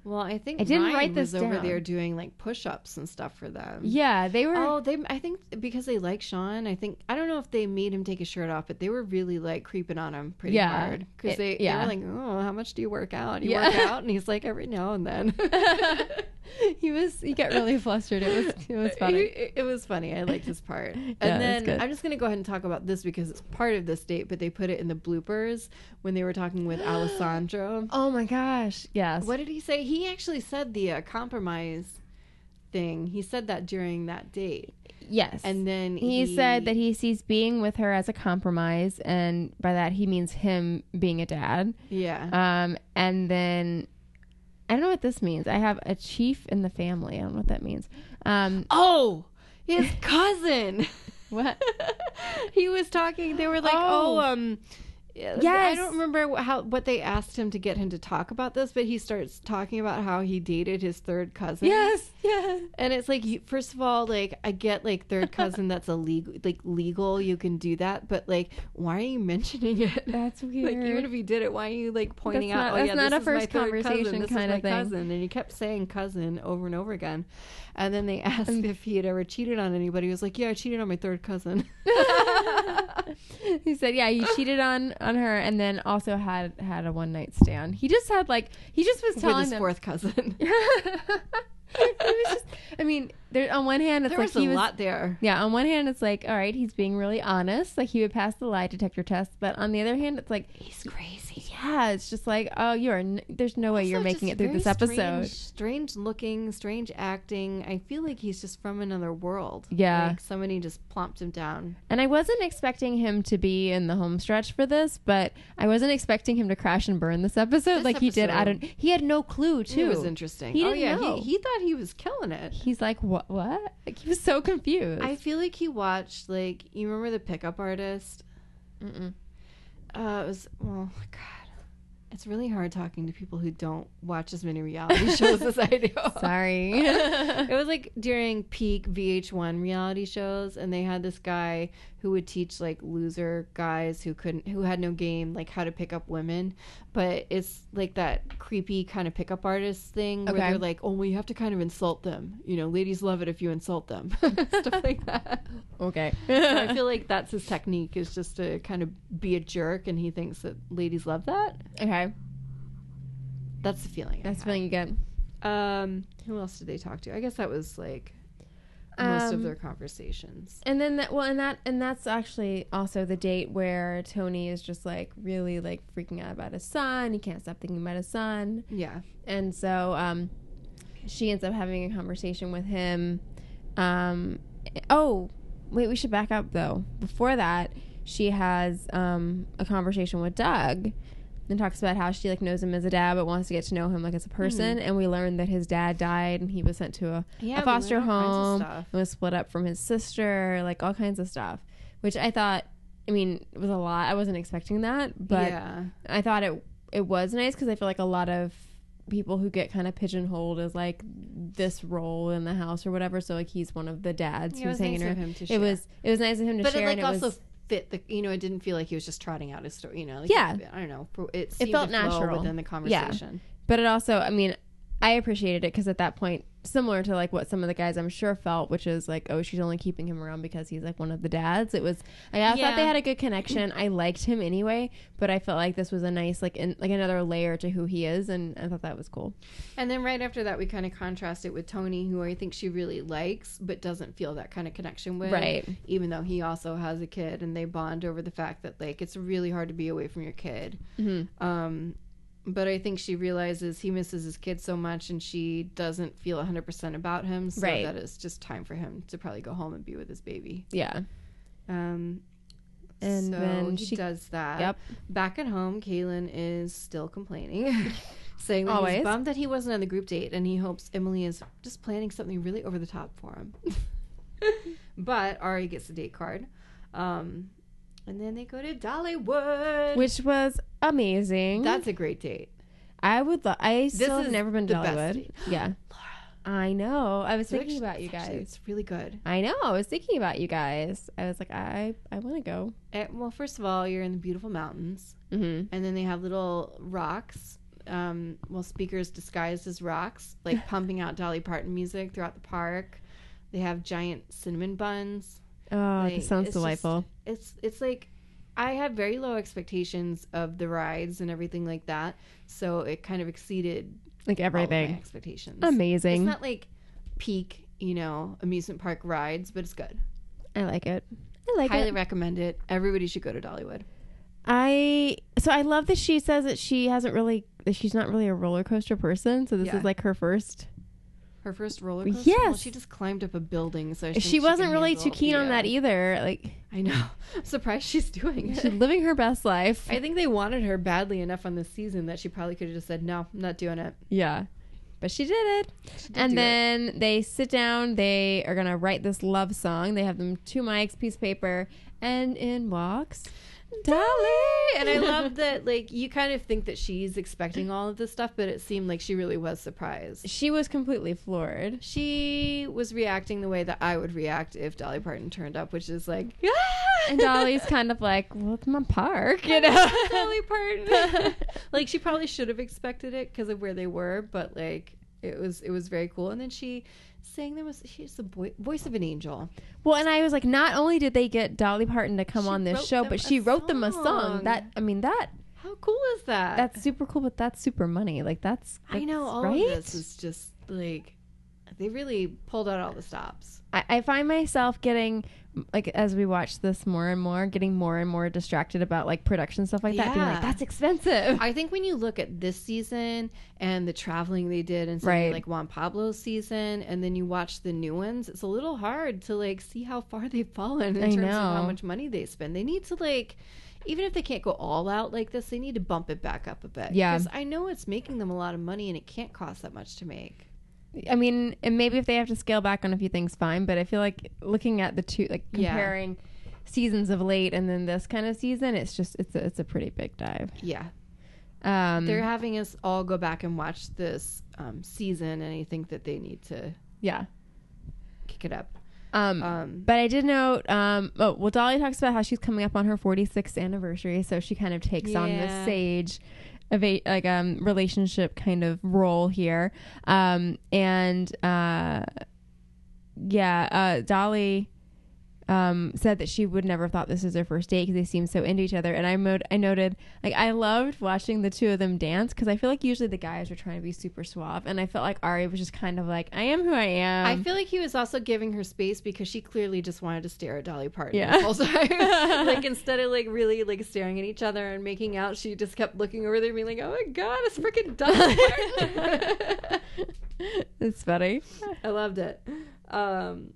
S2: Well, I think
S1: I didn't
S2: Ryan
S1: write this
S2: was over
S1: down.
S2: there doing like push-ups and stuff for them.
S1: Yeah, they were.
S2: Oh, they. I think because they like Sean, I think I don't know if they made him take his shirt off, but they were really like creeping on him pretty
S1: Yeah.
S2: hard because
S1: It-
S2: they, they
S1: yeah.
S2: were like, "Oh, how much do you work out? You
S1: Yeah.
S2: work out?" And he's like, "Every now and then."
S1: Oh. he was. He got really flustered. It was. It was funny.
S2: It, it was funny. I liked this part. And
S1: that's
S2: then
S1: good.
S2: I'm just going to go ahead and talk about this because it's part of this date, but they put it in the bloopers when they were talking with Alessandro.
S1: Oh my gosh! Yes.
S2: What did he say? He actually said the uh, compromise thing. He said that during that date.
S1: Yes.
S2: And then
S1: he, said that he sees being with her as a compromise, and by that he means him being a dad.
S2: Yeah.
S1: Um, and then I don't know what this means. I have a chief in the family. I don't know what that means. Um,
S2: Oh, his cousin.
S1: what?
S2: he was talking. They were like,
S1: Oh.
S2: "Oh, um." I
S1: Yes.
S2: don't remember wh- how what they asked him to get him to talk about this, but he starts talking about how he dated his third cousin.
S1: Yes. Yes.
S2: and it's like, you, first of all, like I get like third cousin that's illegal, like legal, you can do that, but like, why are you mentioning it?
S1: That's
S2: like
S1: weird.
S2: even if he did it, why are you like pointing
S1: That's
S2: out?
S1: not-
S2: oh
S1: that's
S2: yeah,
S1: not
S2: this
S1: a
S2: is my
S1: first
S2: third
S1: conversation
S2: cousin, this
S1: kind
S2: is my
S1: of thing.
S2: Cousin, and he kept saying cousin over and over again, and then they asked if he had ever cheated on anybody. He was like, yeah, I cheated on my third cousin.
S1: he said, "Yeah, he cheated on on her, and then also had had a one night stand. He just had like he just was
S2: with
S1: telling
S2: his
S1: them.
S2: fourth cousin.
S1: he was just. I mean, there on one hand, it's
S2: there
S1: like
S2: was a
S1: he was
S2: lot there.
S1: Yeah, on one hand, it's like, all right, he's being really honest. Like, he would pass the lie detector test. But on the other hand, it's like,
S2: He's crazy.
S1: yeah, it's just like, oh, you're, n- there's no way you're
S2: Also
S1: making
S2: just
S1: it through
S2: very
S1: this episode.
S2: Strange, strange looking, strange acting. I feel like he's just from another world.
S1: Yeah.
S2: Like somebody just plomped him down.
S1: And I wasn't expecting him to be in the home stretch for this, but I wasn't expecting him to crash and burn this episode
S2: This
S1: like he did. I
S2: episode-
S1: don't, he had no clue, too.
S2: It was interesting.
S1: He
S2: oh
S1: didn't
S2: yeah,
S1: know.
S2: he he thought he was killing it.
S1: He's like, what? What? Like, he was so confused.
S2: I feel like he watched like you remember the pickup artist?
S1: Mm-mm.
S2: Uh, it was well, God, it's really hard talking to people who don't watch as many reality shows as I do.
S1: Sorry.
S2: It was like during peak VH1 reality shows, and they had this guy who would teach like loser guys who couldn't, who had no game, like how to pick up women. But it's like that creepy kind of pickup artist thing where
S1: Okay.
S2: they're like, oh, well, you have to kind of insult them. You know, ladies love it if you insult them, stuff like that.
S1: okay.
S2: So I feel like that's his technique is just to kind of be a jerk, and he thinks that ladies love that.
S1: okay.
S2: That's the feeling. I
S1: That's
S2: had.
S1: feeling good.
S2: Um, who else did they talk to? I guess that was like most
S1: Um,
S2: of their conversations.
S1: And then that well, and that and that's actually also the date where Tony is just like really like freaking out about his son. He can't stop thinking about his son,
S2: Yeah.
S1: and so um, she ends up having a conversation with him. Um, oh, wait, we should back up though. Before that, she has um a conversation with Doug. And talks about how she like knows him as a dad, but wants to get to know him like as a person. And we learned that his dad died, and he was sent to a
S2: Yeah.
S1: a foster home
S2: stuff.
S1: and was split up from his sister, like all kinds of stuff, which I thought, I mean, it was a lot. I wasn't expecting that, but
S2: yeah.
S1: I thought it it was nice because I feel like a lot of people who get kind of pigeonholed as like this role in the house or whatever. So like he's one of the dads
S2: Yeah, it
S1: who's
S2: was
S1: hanging
S2: nice of
S1: around.
S2: him to
S1: It
S2: share.
S1: was it was nice of him to
S2: but
S1: share.
S2: it like
S1: and
S2: also
S1: was,
S2: fit the you know it didn't feel like he was just trotting out his story you know like,
S1: Yeah.
S2: I don't know for- it,
S1: It
S2: seemed
S1: felt
S2: to flow
S1: natural.
S2: within the conversation
S1: but it also, I mean, I appreciated it because at that point. Similar to like what some of the guys I'm sure felt, which is like, oh, she's only keeping him around because he's like one of the dads. It was like, I
S2: Yeah.
S1: thought they had a good connection. I liked him anyway, but I felt like this was a nice like in, like another layer to who he is, and I thought that was cool.
S2: and then right after that we kind of contrast it with Tony who I think she really likes but doesn't feel that kind of connection with
S1: Right.
S2: even though he also has a kid and they bond over the fact that like it's really hard to be away from your kid
S1: Mhm.
S2: um but I think she realizes he misses his kid so much and she doesn't feel 100% about him so
S1: Right.
S2: that it's just time for him to probably go home and be with his baby
S1: Yeah.
S2: Um,
S1: And
S2: so
S1: then
S2: he
S1: she-
S2: does that.
S1: Yep.
S2: Back at home, Kaylin is still complaining, saying that
S1: Always.
S2: he's bummed that he wasn't on the group date, and he hopes Emily is just planning something really over the top for him. but Ari gets the date card, um, and then they go to Dollywood.
S1: which was amazing.
S2: That's a great date.
S1: I would. Lo- I still have
S2: is
S1: never been to
S2: the best
S1: Dollywood.
S2: date.
S1: Yeah, I know. I was thinking about you
S2: Actually,
S1: guys.
S2: It's really good.
S1: I know. I was thinking about you guys. I was like, I I want to go.
S2: Eh, well, first of all, you're in the beautiful mountains.
S1: Mm-hmm.
S2: and then they have little rocks uh, um, well, speakers disguised as rocks, like pumping out Dolly Parton music throughout the park. They have giant cinnamon buns.
S1: Oh,
S2: Like,
S1: this sounds
S2: it's just-
S1: delightful.
S2: It's it's like I had very low expectations of the rides and everything like that, so it kind of exceeded
S1: Like
S2: all of my
S1: everything.
S2: expectations. Oh, It's
S1: Amazing.
S2: not like peak, you know, amusement park rides, but it's good.
S1: I like it. I like
S2: Highly
S1: it.
S2: recommend it. Everybody should go to Dollywood.
S1: I so I love that she says that she hasn't really that she's not really a roller coaster person. So this
S2: Yeah.
S1: is like her first.
S2: Her first roller coaster. Well,
S1: Yes.
S2: she just climbed up a building, so I think
S1: She wasn't
S2: can
S1: really
S2: handle
S1: too keen on
S2: the,
S1: that
S2: uh,
S1: either. Like
S2: I know. I'm surprised she's doing
S1: she's
S2: it.
S1: living her best life.
S2: I think they wanted her badly enough on this season that she probably could have just said, "No, I'm not doing it."
S1: Yeah. But she did it.
S2: She did
S1: and
S2: do it.
S1: then they sit down. They are going to write this love song. They have them two mics, piece of paper, and in walks Dolly.
S2: And I love that, like, you kind of think that she's expecting all of this stuff, but it seemed like she really was surprised.
S1: She was completely floored.
S2: She was reacting the way that I would react if Dolly Parton turned up, which is like, "Ah!"
S1: And Dolly's kind of like, well, it's my park, you know?
S2: It's Dolly Parton. like, she probably should have expected it because of where they were, but like, it was it was very cool. And then she sang them. Was she's the boi- voice of an angel?
S1: Well, and I was like, not only did they get Dolly Parton to come
S2: She
S1: on this
S2: wrote
S1: show,
S2: them
S1: but
S2: a
S1: she wrote them a
S2: song.
S1: song. That I mean, that
S2: How cool is that?
S1: that's super cool, but that's super money. Like that's,
S2: I know
S1: that's
S2: all
S1: right?
S2: of this is just like they really pulled out all the stops.
S1: I, I find myself getting like as we watch this more and more, getting more and more distracted about like production stuff like that. Being
S2: Yeah.
S1: like, that's expensive.
S2: I think when you look at this season and the traveling they did and something
S1: Right.
S2: like Juan Pablo's season, and then you watch the new ones, it's a little hard to like see how far they've fallen in
S1: I
S2: terms of how
S1: know.
S2: much money they spend. They need to like, even if they can't go all out like this, they need to bump it back up a bit.
S1: Yeah.
S2: because I know it's making them a lot of money, and it can't cost that much to make.
S1: I mean, and maybe if they have to scale back on a few things, fine. But I feel like looking at the two, like
S2: Yeah.
S1: comparing seasons of late and then this kind of season, it's just it's a, it's a pretty big dive.
S2: Yeah,
S1: Um,
S2: they're having us all go back and watch this um, season, and I think that they need to
S1: yeah.
S2: kick it up.
S1: Um,
S2: Um,
S1: but I did note. Um, oh, well, Dolly talks about how she's coming up on her 46th anniversary, so she kind of takes on
S2: Yeah.
S1: this sage, of a, like um relationship kind of role here. Um, and uh, yeah, uh, Dolly. Um, said that she would never have thought this was their first date because they seemed so into each other. And I mode I noted like I loved watching the two of them dance because I feel like usually the guys were trying to be super suave, and I felt like Ari was just kind of like I am who I am.
S2: I feel like he was also giving her space because she clearly just wanted to stare at Dolly Parton
S1: Yeah.
S2: the whole time. like instead of like really like staring at each other and making out, she just kept looking over there and being like, "Oh my god, it's freaking Dolly Parton."
S1: it's funny.
S2: I loved it. Um,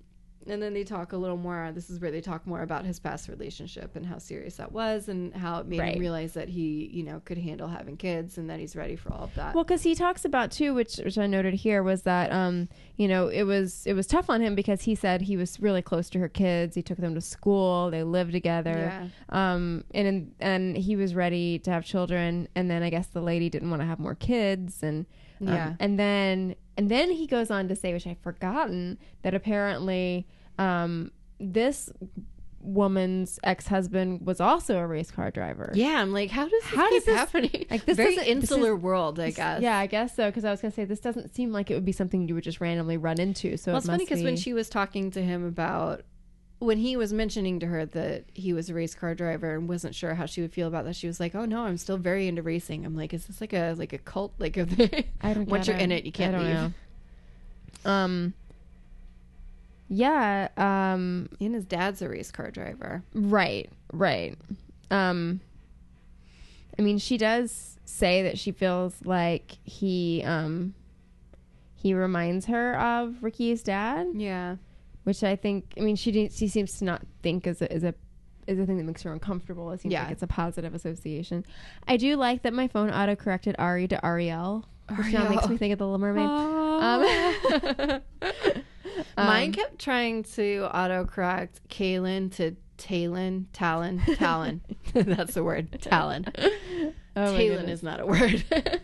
S2: and then they talk a little more. This is where they talk more about his past relationship and how serious that was, and how it made
S1: Right.
S2: him realize that he, you know, could handle having kids and that he's ready for all of that.
S1: Well, because he talks about too, which which I noted here was that um, you know it was it was tough on him because he said he was really close to her kids. He took them to school. They lived together.
S2: yeah.
S1: Um, and and he was ready to have children. And then I guess the lady didn't want to have more kids. And um,
S2: Yeah.
S1: And then and then he goes on to say, which I've forgotten, that apparently um, this woman's ex husband was also a race car driver.
S2: Yeah, I'm like, how does this
S1: How
S2: keep
S1: does this-
S2: happening?
S1: like, this
S2: very
S1: doesn't- this
S2: insular world, I guess.
S1: Yeah, I guess so. Because I was gonna say this doesn't seem like it would be something you would just randomly run into. So
S2: Well,
S1: it
S2: it's funny
S1: must
S2: because when
S1: be-
S2: she was talking to him about when he was mentioning to her that he was a race car driver and wasn't sure how she would feel about that, she was like, "Oh no, I'm still very into racing." I'm like, "Is this like a like a cult? Like of the
S1: I don't
S2: once
S1: get
S2: you're in it, you can't
S1: I don't
S2: leave."
S1: know. Um. Yeah. Um.
S2: And his dad's a race car driver.
S1: Right. Right. Um. I mean, she does say that she feels like he um. He reminds her of Ricky's dad.
S2: Yeah,
S1: which I think I mean she didn't she seems to not think is a is a is a thing that makes her uncomfortable. It seems
S2: Yeah.
S1: like it's a positive association. I do like that my phone auto corrected Ari to Ariel, which now makes me think of the Little Mermaid.
S2: Oh. Um, Mine
S1: Um,
S2: kept trying to autocorrect Kaylin to Talon, Talon, Talon. That's the word, Talon.
S1: Oh my
S2: Talon
S1: goodness.
S2: is not a word.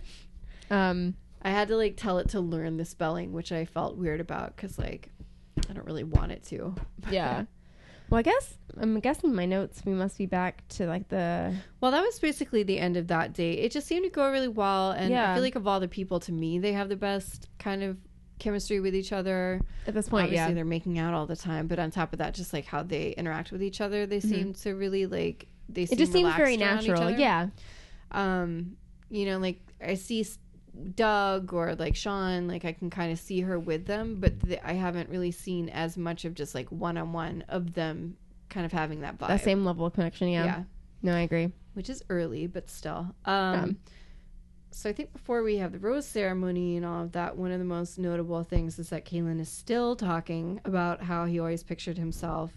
S1: um
S2: I had to like tell it to learn the spelling, which I felt weird about because like I don't really want it to.
S1: yeah. Well, I guess I'm guessing my notes. We must be back to like the
S2: Well, that was basically the end of that date. It just seemed to go really well, and I
S1: Yeah.
S2: feel like of all the people, to me, they have the best kind of chemistry with each other.
S1: at this point.
S2: Obviously,
S1: yeah.
S2: they're making out all the time, but on top of that, just like how they interact with each other, they seem to really like they.
S1: Mm-hmm.
S2: Seem
S1: It just seems very
S2: relaxed around each
S1: natural.
S2: other.
S1: Yeah.
S2: Um, you know, like I see s- Doug or like Sean, like I can kind of see her with them, but th- I haven't really seen as much of just like one on one of them kind of having that vibe.
S1: That same level of connection. Yeah.
S2: yeah.
S1: No, I agree.
S2: which is early, but still. Um,
S1: Um.
S2: so I think before we have the rose ceremony and all of that, one of the most notable things is that Kalen is still talking about how he always pictured himself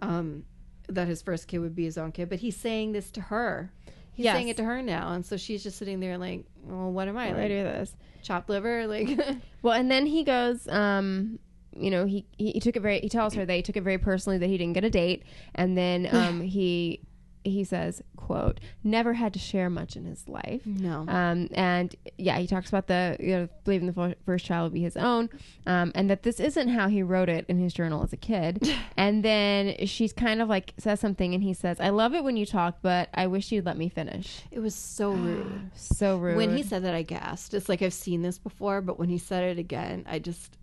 S2: um, that his first kid would be his own kid, but he's saying this to her. He's
S1: Yes.
S2: saying it to her now, and so she's just sitting there like, "Well, what am I
S1: I
S2: like?
S1: do this.
S2: Chopped liver? Like,
S1: Well, and then he goes, um, you know, he, he, he took it very, he tells her that he took it very personally that he didn't get a date. And then um, he, he says, quote, never had to share much in his life.
S2: no,
S1: Um, and yeah, he talks about the, you know, believing the fir- first child would be his own. Um, and that this isn't how he wrote it in his journal as a kid. and then she's kind of like says something and he says, I love it when you talk, but I wish you'd let me finish.
S2: it was so rude."
S1: So rude.
S2: When he said that, I gasped. It's like I've seen this before, but when he said it again, I just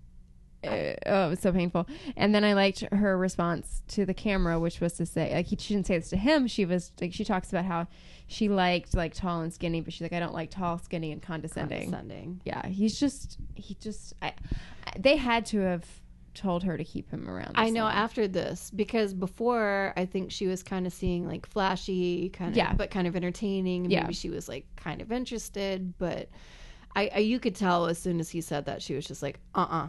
S1: uh, oh, it was so painful. And then I liked her response to the camera, which was to say, like, he, she didn't say this to him. She was like, she talks about how she liked like tall and skinny, but she's like, I don't like tall, skinny, and condescending.
S2: condescending.
S1: Yeah, he's just, he just, I, I- they had to have told her to keep him around.
S2: I
S1: this
S2: know
S1: long.
S2: after this because before I think she was kind of seeing like flashy, kind of
S1: Yeah.
S2: but kind of entertaining.
S1: Yeah.
S2: Maybe she was like kind of interested, but I, I you could tell as soon as he said that she was just like, uh, uh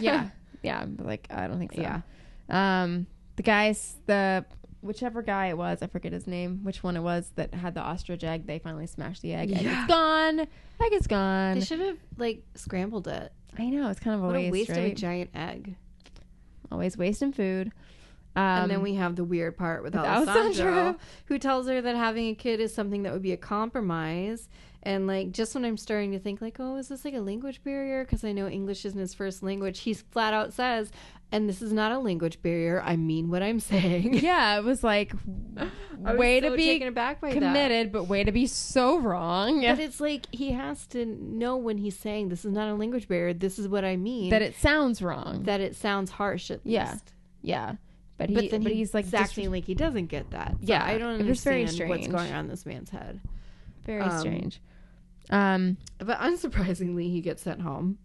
S1: yeah, yeah, but like I don't think so.
S2: Yeah.
S1: Um, the guys, the whichever guy it was, I forget his name, which one it was that had the ostrich egg. They finally smashed the egg. egg
S2: Yeah.
S1: it's gone. Egg is gone.
S2: They should have like scrambled it.
S1: I know it's kind of a
S2: What
S1: waste,
S2: a waste of a
S1: right?
S2: giant egg.
S1: Always wasting food. Um,
S2: and then we have the weird part with
S1: with
S2: Alessandro,
S1: Alessandro.
S2: who tells her that having a kid is something that would be a compromise. And like, just when I'm starting to think, like, oh, is this like a language barrier? Because I know English isn't his first language. He flat out says, and this is not a language barrier. I mean what I'm saying.
S1: yeah, it was like
S2: I was
S1: way
S2: so
S1: to be
S2: taken aback by that.
S1: committed, but way to be so wrong
S2: But it's like he has to know when he's saying this is not a language barrier. This is what I mean.
S1: that it sounds wrong.
S2: that it sounds harsh at
S1: Yeah.
S2: least.
S1: yeah, but he,
S2: But
S1: but,
S2: then he
S1: he's like
S2: acting
S1: exactly
S2: like he doesn't get that. So
S1: Yeah,
S2: I don't
S1: it was very
S2: understand what's
S1: strange.
S2: going on in this man's head.
S1: very
S2: um,
S1: strange. Um,
S2: But unsurprisingly, he gets sent home.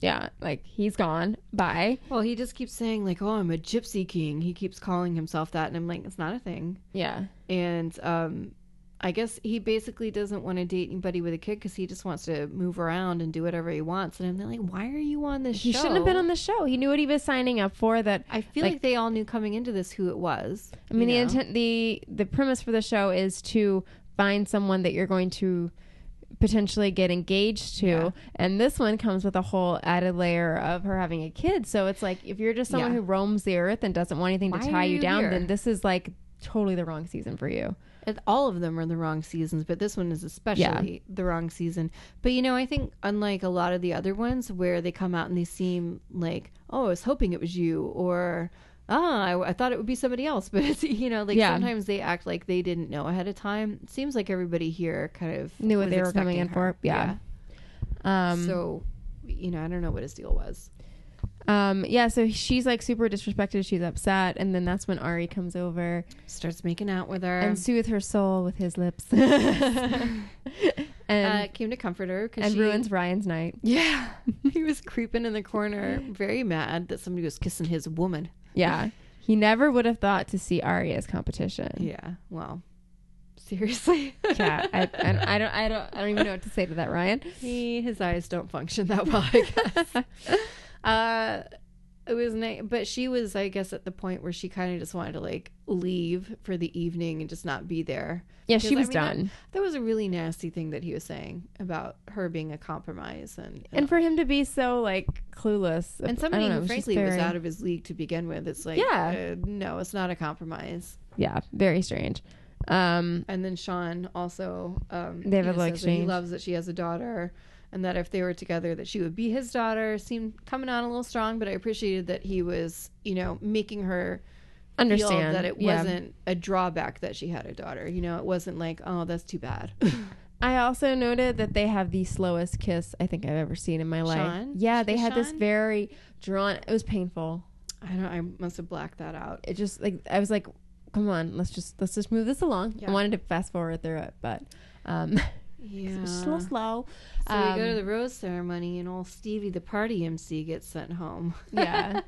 S1: yeah, like he's gone. Bye.
S2: Well, he just keeps saying like, "Oh, I'm a gypsy king." He keeps calling himself that, and I'm like, "It's not a thing."
S1: Yeah,
S2: And um, I guess he basically doesn't want to date anybody with a kid because he just wants to move around and do whatever he wants. And I'm like, "Why are you on this
S1: he
S2: show?"
S1: shouldn't have been on the show. He knew what he was signing up for. That
S2: I feel like,
S1: like-
S2: they all knew coming into this who it was.
S1: I mean, the
S2: you know?
S1: intent, the the premise for the show is to find someone that you're going to potentially get engaged to,
S2: Yeah.
S1: and this one comes with a whole added layer of her having a kid. So it's like if you're just someone
S2: Yeah.
S1: who roams the earth and doesn't want anything
S2: Why
S1: to
S2: are
S1: tie you
S2: you
S1: down,
S2: here?
S1: then this is like totally the wrong season for you.
S2: And all of them are in the wrong seasons, but this one is especially the wrong season. But you know, I think unlike a lot of the other ones where they come out and they seem like, oh, I was hoping it was you, or ah, I, I thought it would be somebody else, but it's, you know, like
S1: Yeah.
S2: sometimes they act like they didn't know ahead of time. It seems like everybody here kind of
S1: Knew what
S2: was
S1: they were coming
S2: expecting
S1: in
S2: her.
S1: for. Yeah. Um,
S2: so, you know, I don't know what his deal was.
S1: um, yeah. So she's like super disrespected. She's upset, and then that's when Ari comes over
S2: Starts making out with her.
S1: and soothes her soul with his lips,
S2: uh,
S1: and
S2: came to comfort her because
S1: and
S2: Uh, she
S1: ruins Ryan's night.
S2: Yeah. he was creeping in the corner, very mad that somebody was kissing his woman.
S1: Yeah. He never would have thought to see Ari as competition.
S2: Yeah. Well, seriously.
S1: Yeah, I, I, I don't, I don't, I don't even know what to say to that, Ryan.
S2: he, his eyes don't function that well, I guess. uh, it was nice, but she was, I guess, at the point where she kind of just wanted to like leave for the evening and just not be there.
S1: Yeah,
S2: Because,
S1: she
S2: I
S1: was
S2: mean, that-
S1: done,
S2: That was a really nasty thing that he was saying about her being a compromise and
S1: and for him to be so like clueless
S2: and somebody who frankly was out
S1: of
S2: of his league to begin with. It's like,
S1: Yeah.
S2: uh, no, it's not a compromise.
S1: yeah, very strange. Um,
S2: and then Sean also um,
S1: They have
S2: you
S1: a
S2: know,
S1: little
S2: says that He
S1: exchange.
S2: loves that she has a daughter, and that if they were together, that she would be his daughter. Seemed coming on a little strong, but I appreciated that he was, you know, making her
S1: Understand.
S2: that it
S1: Yeah.
S2: wasn't a drawback that she had a daughter. You know, it wasn't like, oh, that's too bad.
S1: I also noted that they have the slowest kiss I think I've ever seen in my life.
S2: Sean?
S1: Yeah,
S2: She
S1: they
S2: was
S1: had this
S2: Sean?
S1: very drawn. It was painful.
S2: I don't. I must have blacked that out.
S1: It just like I was like, come on, let's just let's just move this along.
S2: Yeah.
S1: I wanted to fast forward through it, but um, it
S2: Yeah.
S1: was
S2: So
S1: slow, slow.
S2: we go to
S1: Um,
S2: the rose ceremony, and old Stevie, the party MC, gets sent home.
S1: yeah,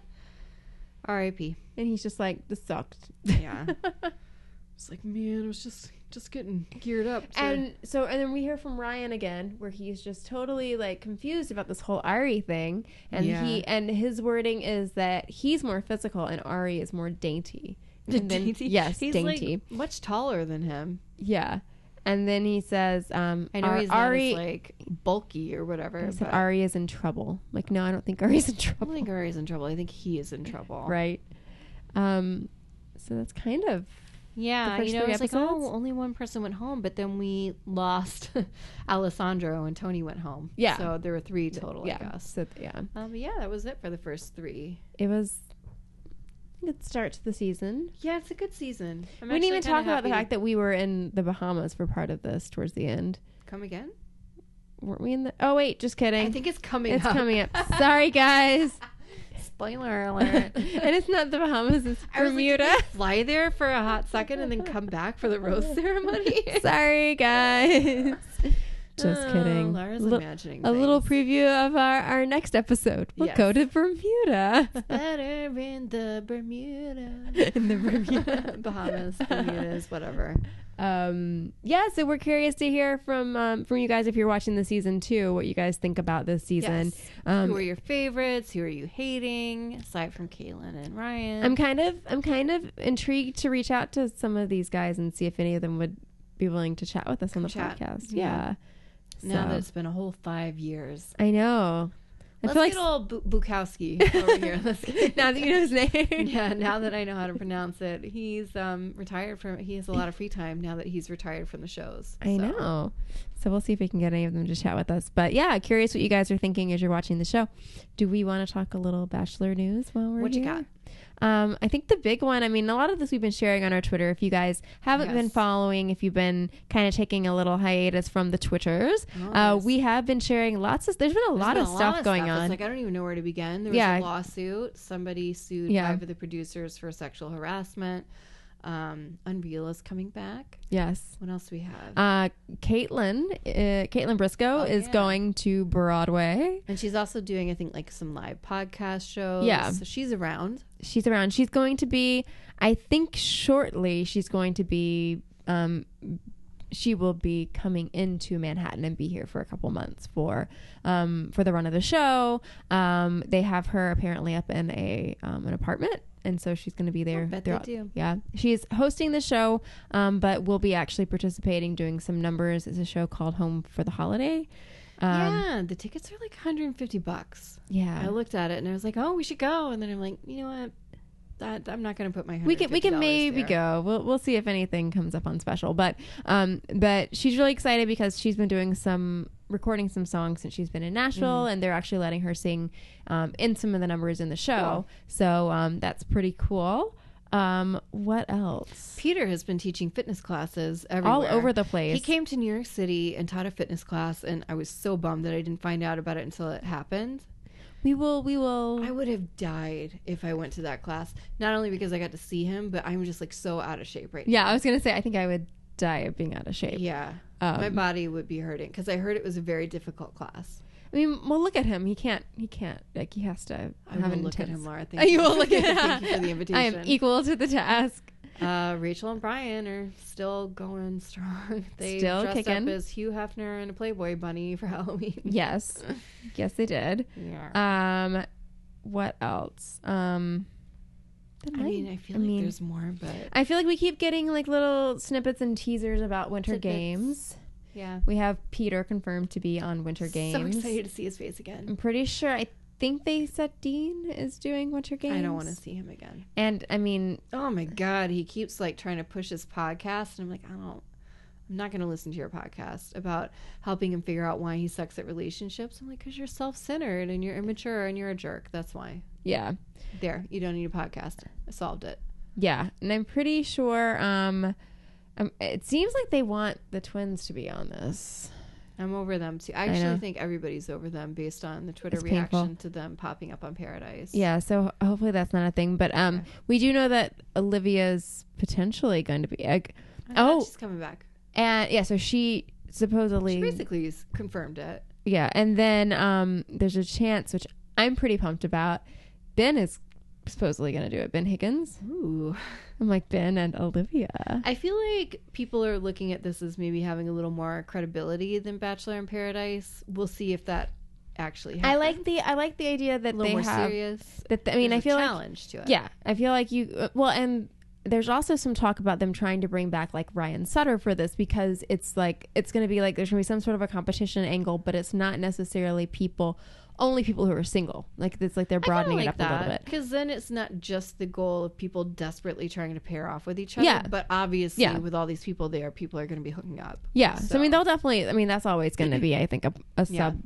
S2: R.I.P.
S1: and he's just like, this sucked.
S2: Yeah. It's like, man, I was just just getting geared up. to-
S1: And so, and then we hear from Ryan again, where he's just totally like confused about this whole Ari thing, and
S2: Yeah.
S1: he and his wording is that he's more physical and Ari is more dainty. And then-
S2: Dainty.
S1: Yes,
S2: He's, like,
S1: dainty.
S2: much taller than him.
S1: yeah, and then he says, um,
S2: I know
S1: "Ar-
S2: he's not
S1: Ari.
S2: as, like bulky or whatever.
S1: he said
S2: but
S1: Ari is in trouble. Like, no, I don't think Ari's in
S2: I don't
S1: trouble.
S2: think Ari's in trouble. I think he is in trouble.
S1: Right. Um. So that's kind of
S2: Yeah,
S1: the first
S2: you know,
S1: three
S2: it's like, oh,
S1: episodes?
S2: only one person went home, but then we lost Alessandro and Tony went home.
S1: Yeah.
S2: So there were three total,
S1: yeah.
S2: I guess.
S1: So yeah,
S2: Um, but yeah, that was it for the first three.
S1: it was a good start to the season.
S2: Yeah, it's a good season. I'm
S1: we didn't even talk about the fact that we were in the Bahamas for part of this towards the end.
S2: Come again?
S1: Weren't we in the? Oh wait, just kidding.
S2: I think it's coming
S1: it's
S2: up.
S1: coming up. Sorry, guys.
S2: Spoiler
S1: and
S2: alert.
S1: it's not the Bahamas. It's
S2: I was like,
S1: Bermuda.
S2: "Can we fly there for a hot second and then come back for the rose ceremony.
S1: Sorry, guys. Just
S2: Oh,
S1: kidding.
S2: Laura's
S1: Li-
S2: imagining
S1: a little
S2: things.
S1: preview of our, our next episode. We'll
S2: Yes.
S1: go to Bermuda.
S2: better in the Bermuda.
S1: in the Bermuda.
S2: Bahamas, Bermudas, whatever.
S1: Um, yeah, so we're curious to hear from um, from you guys if you're watching the season two, what you guys think about this season.
S2: Yes.
S1: Um,
S2: who are your favorites? Who are you hating? Aside from Caitlin and Ryan.
S1: I'm kind of I'm kind of intrigued to reach out to some of these guys and see if any of them would be willing to chat with us on the
S2: chat.
S1: podcast. Yeah.
S2: Yeah. now
S1: So-
S2: that it's been a whole five years.
S1: I know. I
S2: Let's
S1: feel like
S2: get old Bu- Bukowski over here. Let's get-
S1: now that you know his name.
S2: yeah, now that I know how to pronounce it, he's um, retired from. He has a lot of free time now that he's retired from the shows.
S1: I
S2: so.
S1: know. So we'll see if we can get any of them to chat with us. But yeah, curious what you guys are thinking as you're watching the show. Do we want to talk a little Bachelor news while we're
S2: What you
S1: here?
S2: got?
S1: Um, I think the big one. I mean, a lot of this we've been sharing on our Twitter. If you guys haven't been
S2: Yes.
S1: following, if you've been kind of taking a little hiatus from the Twitters,
S2: Oh,
S1: uh,
S2: yes.
S1: we have been sharing lots of. There's been a
S2: There's
S1: lot
S2: been
S1: of
S2: a
S1: stuff going
S2: It's
S1: on.
S2: Like I don't even know where to begin. There was
S1: Yeah.
S2: a lawsuit. Somebody sued
S1: Yeah.
S2: five of the producers for sexual harassment. Um, Unreal is coming back.
S1: yes.
S2: What else do we have?
S1: Uh, Caitlin, uh, Caitlin Briscoe
S2: Oh,
S1: is
S2: yeah.
S1: going to Broadway.
S2: and she's also doing, I think, like some live podcast shows.
S1: Yeah.
S2: so she's around.
S1: She's around. She's going to be. I think shortly she's going to be. Um, she will be coming into Manhattan and be here for a couple months for um, for the run of the show. Um, they have her apparently up in a um, an apartment, and so she's going to be there.
S2: I bet they
S1: throughout-
S2: do.
S1: Yeah, she's hosting the show, um, but will be actually participating, doing some numbers. It's a show called Home for the Holiday. Um,
S2: yeah, the tickets are like 150 bucks.
S1: yeah,
S2: I looked at it and I was like, oh, we should go. And then I'm like, you know what? That, I'm not going to put my
S1: we can we can
S2: $150
S1: maybe
S2: there.
S1: go. We'll we'll see if anything comes up on special. But um, but she's really excited because she's been doing some recording some songs since she's been in
S2: Mm.
S1: Nashville, and they're actually letting her sing um, in some of the numbers in the show.
S2: Cool.
S1: So um, that's pretty cool. Um, what else?
S2: Peter has been teaching fitness classes everywhere.
S1: All over the
S2: He
S1: place.
S2: came to New York City and taught a fitness class, and I was so bummed that I didn't find out about it until it happened.
S1: we will we will.
S2: I would have died if I went to that class, not only because I got to see him, but I'm just like so out of shape right
S1: yeah, I was gonna say I think I would die of being out of
S2: now.
S1: shape.
S2: Yeah.
S1: Um,
S2: My body would be hurting because I heard it was a very difficult class.
S1: I mean, well, look at him. He can't. He can't. Like he has to
S2: I
S1: have
S2: will
S1: an
S2: look at
S1: intense.
S2: him, Laura.
S1: you will look at him.
S2: Thank you for the invitation.
S1: I am equal to the task.
S2: uh, Rachel and Brian are still going strong. They
S1: Still
S2: dressed
S1: kicking.
S2: up as Hugh Hefner and a Playboy bunny for Halloween.
S1: Yes. yes, they did.
S2: Yeah.
S1: Um, what else? Um, that
S2: I
S1: might-
S2: mean, I feel
S1: I
S2: like
S1: mean-
S2: there's more, but
S1: I feel like we keep getting like little snippets and teasers about Winter
S2: Tidbits.
S1: Games.
S2: yeah.
S1: We have Peter confirmed to be on Winter Games.
S2: So excited to see his face again.
S1: I'm pretty sure. I think they said Dean is doing Winter Games.
S2: I don't want to see him again.
S1: And I mean,
S2: Oh my god, he keeps like trying to push his podcast, and I'm like, I don't. I'm not going to listen to your podcast about helping him figure out why he sucks at relationships. I'm like, because you're self centered and you're immature and you're a jerk. That's why.
S1: yeah.
S2: There, you don't need a podcast. I solved it.
S1: Yeah, and I'm pretty sure. Um, um, it seems like they want the twins to be on this.
S2: I'm over them too. I
S1: I
S2: actually
S1: know.
S2: think everybody's over them based on the Twitter
S1: It's painful.
S2: reaction to them popping up on Paradise.
S1: Yeah, so hopefully that's not a thing. But um,
S2: Okay.
S1: we do know that Olivia's potentially going to be. Egg.
S2: I thought
S1: Oh.
S2: she's coming back.
S1: And yeah, so she
S2: She
S1: supposedly.
S2: basically s- confirmed it.
S1: yeah, and then um, there's a chance, which I'm pretty pumped about. Ben is supposedly going to do it. Ben Higgins.
S2: Ooh.
S1: I'm like, Ben and Olivia.
S2: I feel like people are looking at this as maybe having a little more credibility than Bachelor in Paradise. We'll see if that actually happens.
S1: I like the I like the idea
S2: a
S1: that
S2: little
S1: they
S2: more
S1: have
S2: serious.
S1: that. th- I mean, I
S2: There's a
S1: feel like
S2: challenge to it.
S1: Yeah, I feel like you. uh, Well, and there's also some talk about them trying to bring back like Ryan Sutter for this because it's like it's going to be like there's going to be some sort of a competition angle, but it's not necessarily people only people who are single. Like it's like they're
S2: I kinda
S1: broadening
S2: like
S1: it up a little bit.
S2: Because then it's not just the goal of people desperately trying to pair off with each other.
S1: Yeah.
S2: But obviously,
S1: Yeah.
S2: with all these people there, people are going to be hooking up.
S1: Yeah, so, I mean
S2: So-
S1: they'll definitely. I mean that's always going to be I think a, a
S2: Yeah.
S1: sub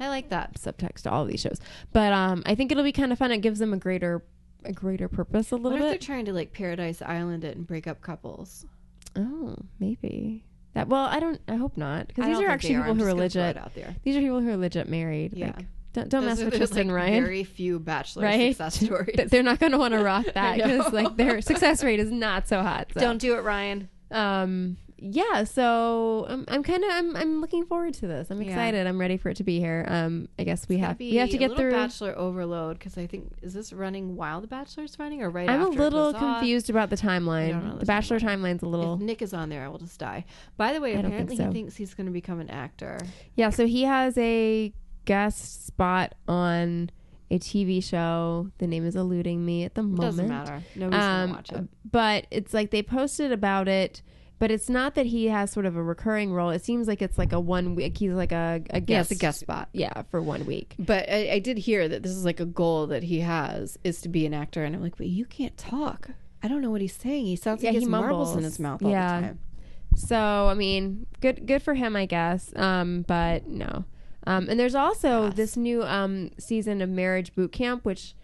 S2: I like that.
S1: subtext to all of these shows, but um I think it'll be kind of fun. It gives them a greater a greater purpose a
S2: What
S1: little
S2: if they're
S1: bit.
S2: trying to like Paradise Island it and break up couples?
S1: Oh, maybe that. Well, I don't. I hope not because
S2: I
S1: these
S2: don't
S1: are
S2: think they
S1: actually people
S2: I'm
S1: who are
S2: just gonna throw
S1: legit.
S2: it out there.
S1: These are people who are legit married.
S2: Yeah.
S1: Like, don't don't
S2: Those
S1: mess
S2: are-
S1: with
S2: there's,
S1: Tristan
S2: like,
S1: Ryan.
S2: Very few bachelor
S1: Right?
S2: success stories.
S1: Th- They're not going to want to rock that
S2: I know.
S1: because like their success rate is not so hot. So.
S2: Don't do it, Ryan.
S1: Um. Yeah. So I'm, I'm kind of I'm I'm looking forward to this. I'm
S2: Yeah.
S1: excited. I'm ready for it to be here. Um. I guess we
S2: It's gonna
S1: have
S2: be
S1: we have to
S2: a
S1: get
S2: little
S1: through.
S2: Bachelor overload because I think is this running while the Bachelor's running or right
S1: I'm a
S2: after it
S1: little
S2: goes off?
S1: confused about the
S2: I don't know
S1: timeline.
S2: the
S1: The Bachelor timeline's a
S2: If
S1: little.
S2: Nick is on there, I will just die. By the way,
S1: I don't think
S2: apparently
S1: so.
S2: he thinks he's going to become an actor.
S1: Yeah. So he has a guest spot on a TV show. The name is eluding me at the moment.
S2: Doesn't matter. Nobody's going to watch it.
S1: Um, But it's like they posted about it, but it's not that he has sort of a recurring role. It seems like it's like a one week. He's like a, a
S2: Yeah,
S1: guest.
S2: it's a guest spot.
S1: Yeah, for one week.
S2: But I, I did hear that this is like a goal that he has is to be an actor, and I'm like, but you can't talk. I don't know what he's saying. He sounds
S1: Yeah,
S2: like he
S1: he
S2: has marbles in
S1: mumbles.
S2: his mouth all
S1: Yeah.
S2: the time.
S1: So I mean, good good for him, I guess. Um, but no. Um, and there's also
S2: Yes.
S1: this new um season of Marriage Boot Camp, which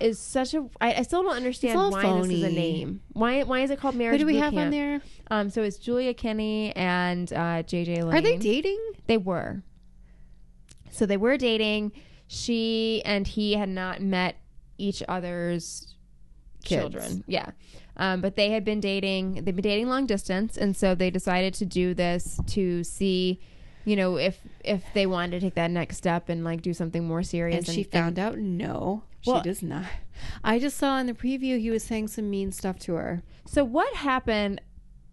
S1: is such a. I, I still don't understand
S2: all
S1: why this is a
S2: phony.
S1: name. Why why is it called Marriage?
S2: Who do we
S1: Boot
S2: have
S1: Camp?
S2: on there?
S1: Um, so it's Julia Kenny and uh, JJ Lane.
S2: Are they dating?
S1: They were. So they were dating. She and he had not met each other's
S2: Kids.
S1: children. Yeah. Um, but they had been dating. They've been dating long distance, and so they decided to do this to see, you know, if if they wanted to take that next step and like do something more serious.
S2: And she found out no,
S1: Well-
S2: she does not. I just saw in the preview he was saying some mean stuff to her.
S1: So what happened?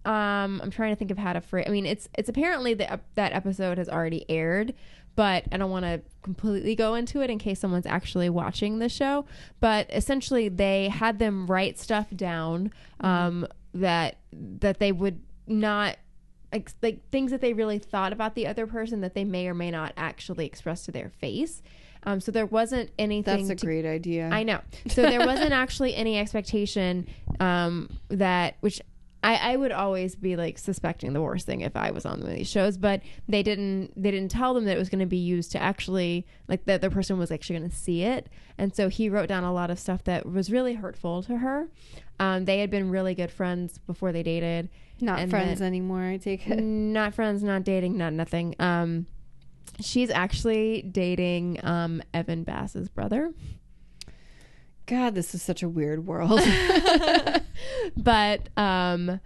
S1: Um, I'm trying to think of how to phrase. I mean, it's it's apparently that that episode has already aired, but I don't want to completely go into it in case someone's actually watching the show. But essentially, they had them write stuff down um, that that they would not like, like things that they really thought about the other person that they may or may not actually express to their face. Um, so there wasn't anything
S2: That's a
S1: to
S2: great idea.
S1: I know. So there wasn't actually any expectation um, that, which I, I would always be like suspecting the worst thing if I was on one of these shows, but they didn't. They didn't tell them that it was going to be used to actually like that the person was actually going to see it, and so he wrote down a lot of stuff that was really hurtful to her. Um, they had been really good friends before they dated,
S2: not
S1: and
S2: friends anymore. I take it.
S1: not friends, not dating, not nothing. Um, she's actually dating um, Evan Bass's brother.
S2: God, this is such a weird world.
S1: but um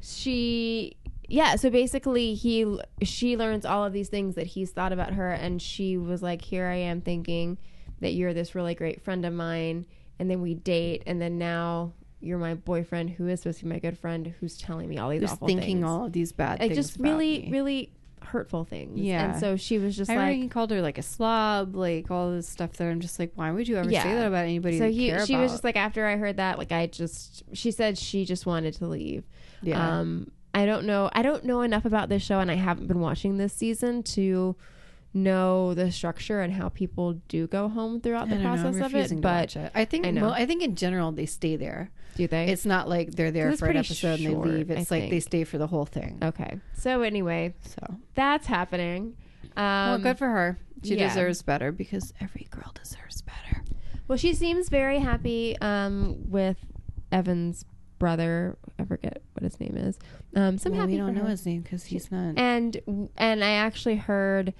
S1: she yeah so basically he she learns all of these things that he's thought about her and she was like here i am thinking that you're this really great friend of mine and then we date and then now you're my boyfriend who is supposed to be my good friend who's telling me all these
S2: Just
S1: awful
S2: thinking
S1: things
S2: all of these bad
S1: like
S2: things.
S1: just
S2: about
S1: really
S2: me.
S1: really hurtful things
S2: Yeah.
S1: and so she was just
S2: I remember
S1: like
S2: he called her like a slob, like all this stuff that I'm just like, why would you ever
S1: Yeah.
S2: say that about anybody?
S1: so
S2: that
S1: he,
S2: you care
S1: she
S2: about?
S1: was just like after i heard that like i just she said she just wanted to leave
S2: yeah.
S1: Um, I don't know. I don't know enough about this show, and I haven't been watching this season to know the structure and how people do go home throughout the
S2: I don't know, I'm
S1: process of
S2: refusing
S1: it.
S2: to
S1: But
S2: watch it. I think
S1: I
S2: I,
S1: know.
S2: I think in general they stay there.
S1: do they?
S2: It's not like they're there
S1: It's
S2: for an
S1: pretty
S2: episode
S1: short,
S2: and they leave.
S1: I
S2: It's like they
S1: think. Oh.
S2: stay for the whole thing.
S1: okay. So anyway,
S2: So
S1: that's happening. Um,
S2: well, good for her. She
S1: yeah.
S2: deserves better because every girl deserves better.
S1: Well, she seems very happy um, with Evan's brother. I forget what his name is. Um, so I'm
S2: Well,
S1: happy
S2: we don't
S1: for
S2: know
S1: her.
S2: his name because he's not.
S1: And and I actually heard,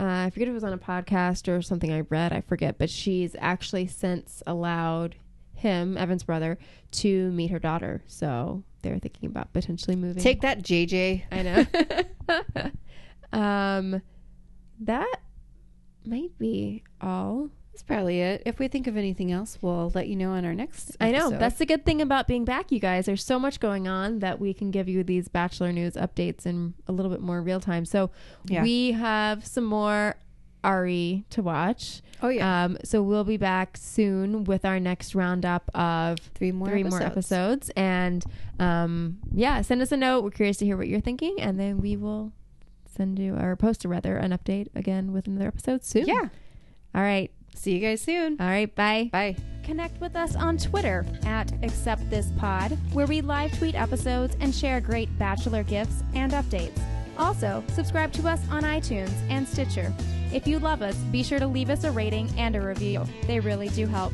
S1: uh, I forget if it was on a podcast or something I read, I forget, but she's actually since allowed him, Evan's brother, to meet her daughter. So they're thinking about potentially moving.
S2: Take that, JJ.
S1: I know. um, that might be all.
S2: That's probably it. If we think of anything else, we'll let you know on our next.
S1: I know.
S2: episode.
S1: That's the good thing about being back, you guys. There's so much going on that we can give you these Bachelor News updates in a little bit more real time. So
S2: Yeah.
S1: we have some more Ari to watch.
S2: oh yeah,
S1: Um, so we'll be back soon with our next roundup of
S2: three more
S1: three
S2: episodes.
S1: more episodes. And um, yeah, send us a note. We're curious to hear what you're thinking. And then we will send you, or post, rather, an update again with another episode soon.
S2: Yeah.
S1: All right.
S2: See you guys soon.
S1: All right. Uh, Bye.
S2: Bye.
S1: Connect with us on Twitter at AcceptThisPod, where we live tweet episodes and share great Bachelor gifts and updates. Also, subscribe to us on iTunes and Stitcher. If you love us, be sure to leave us a rating and a review. They really do help.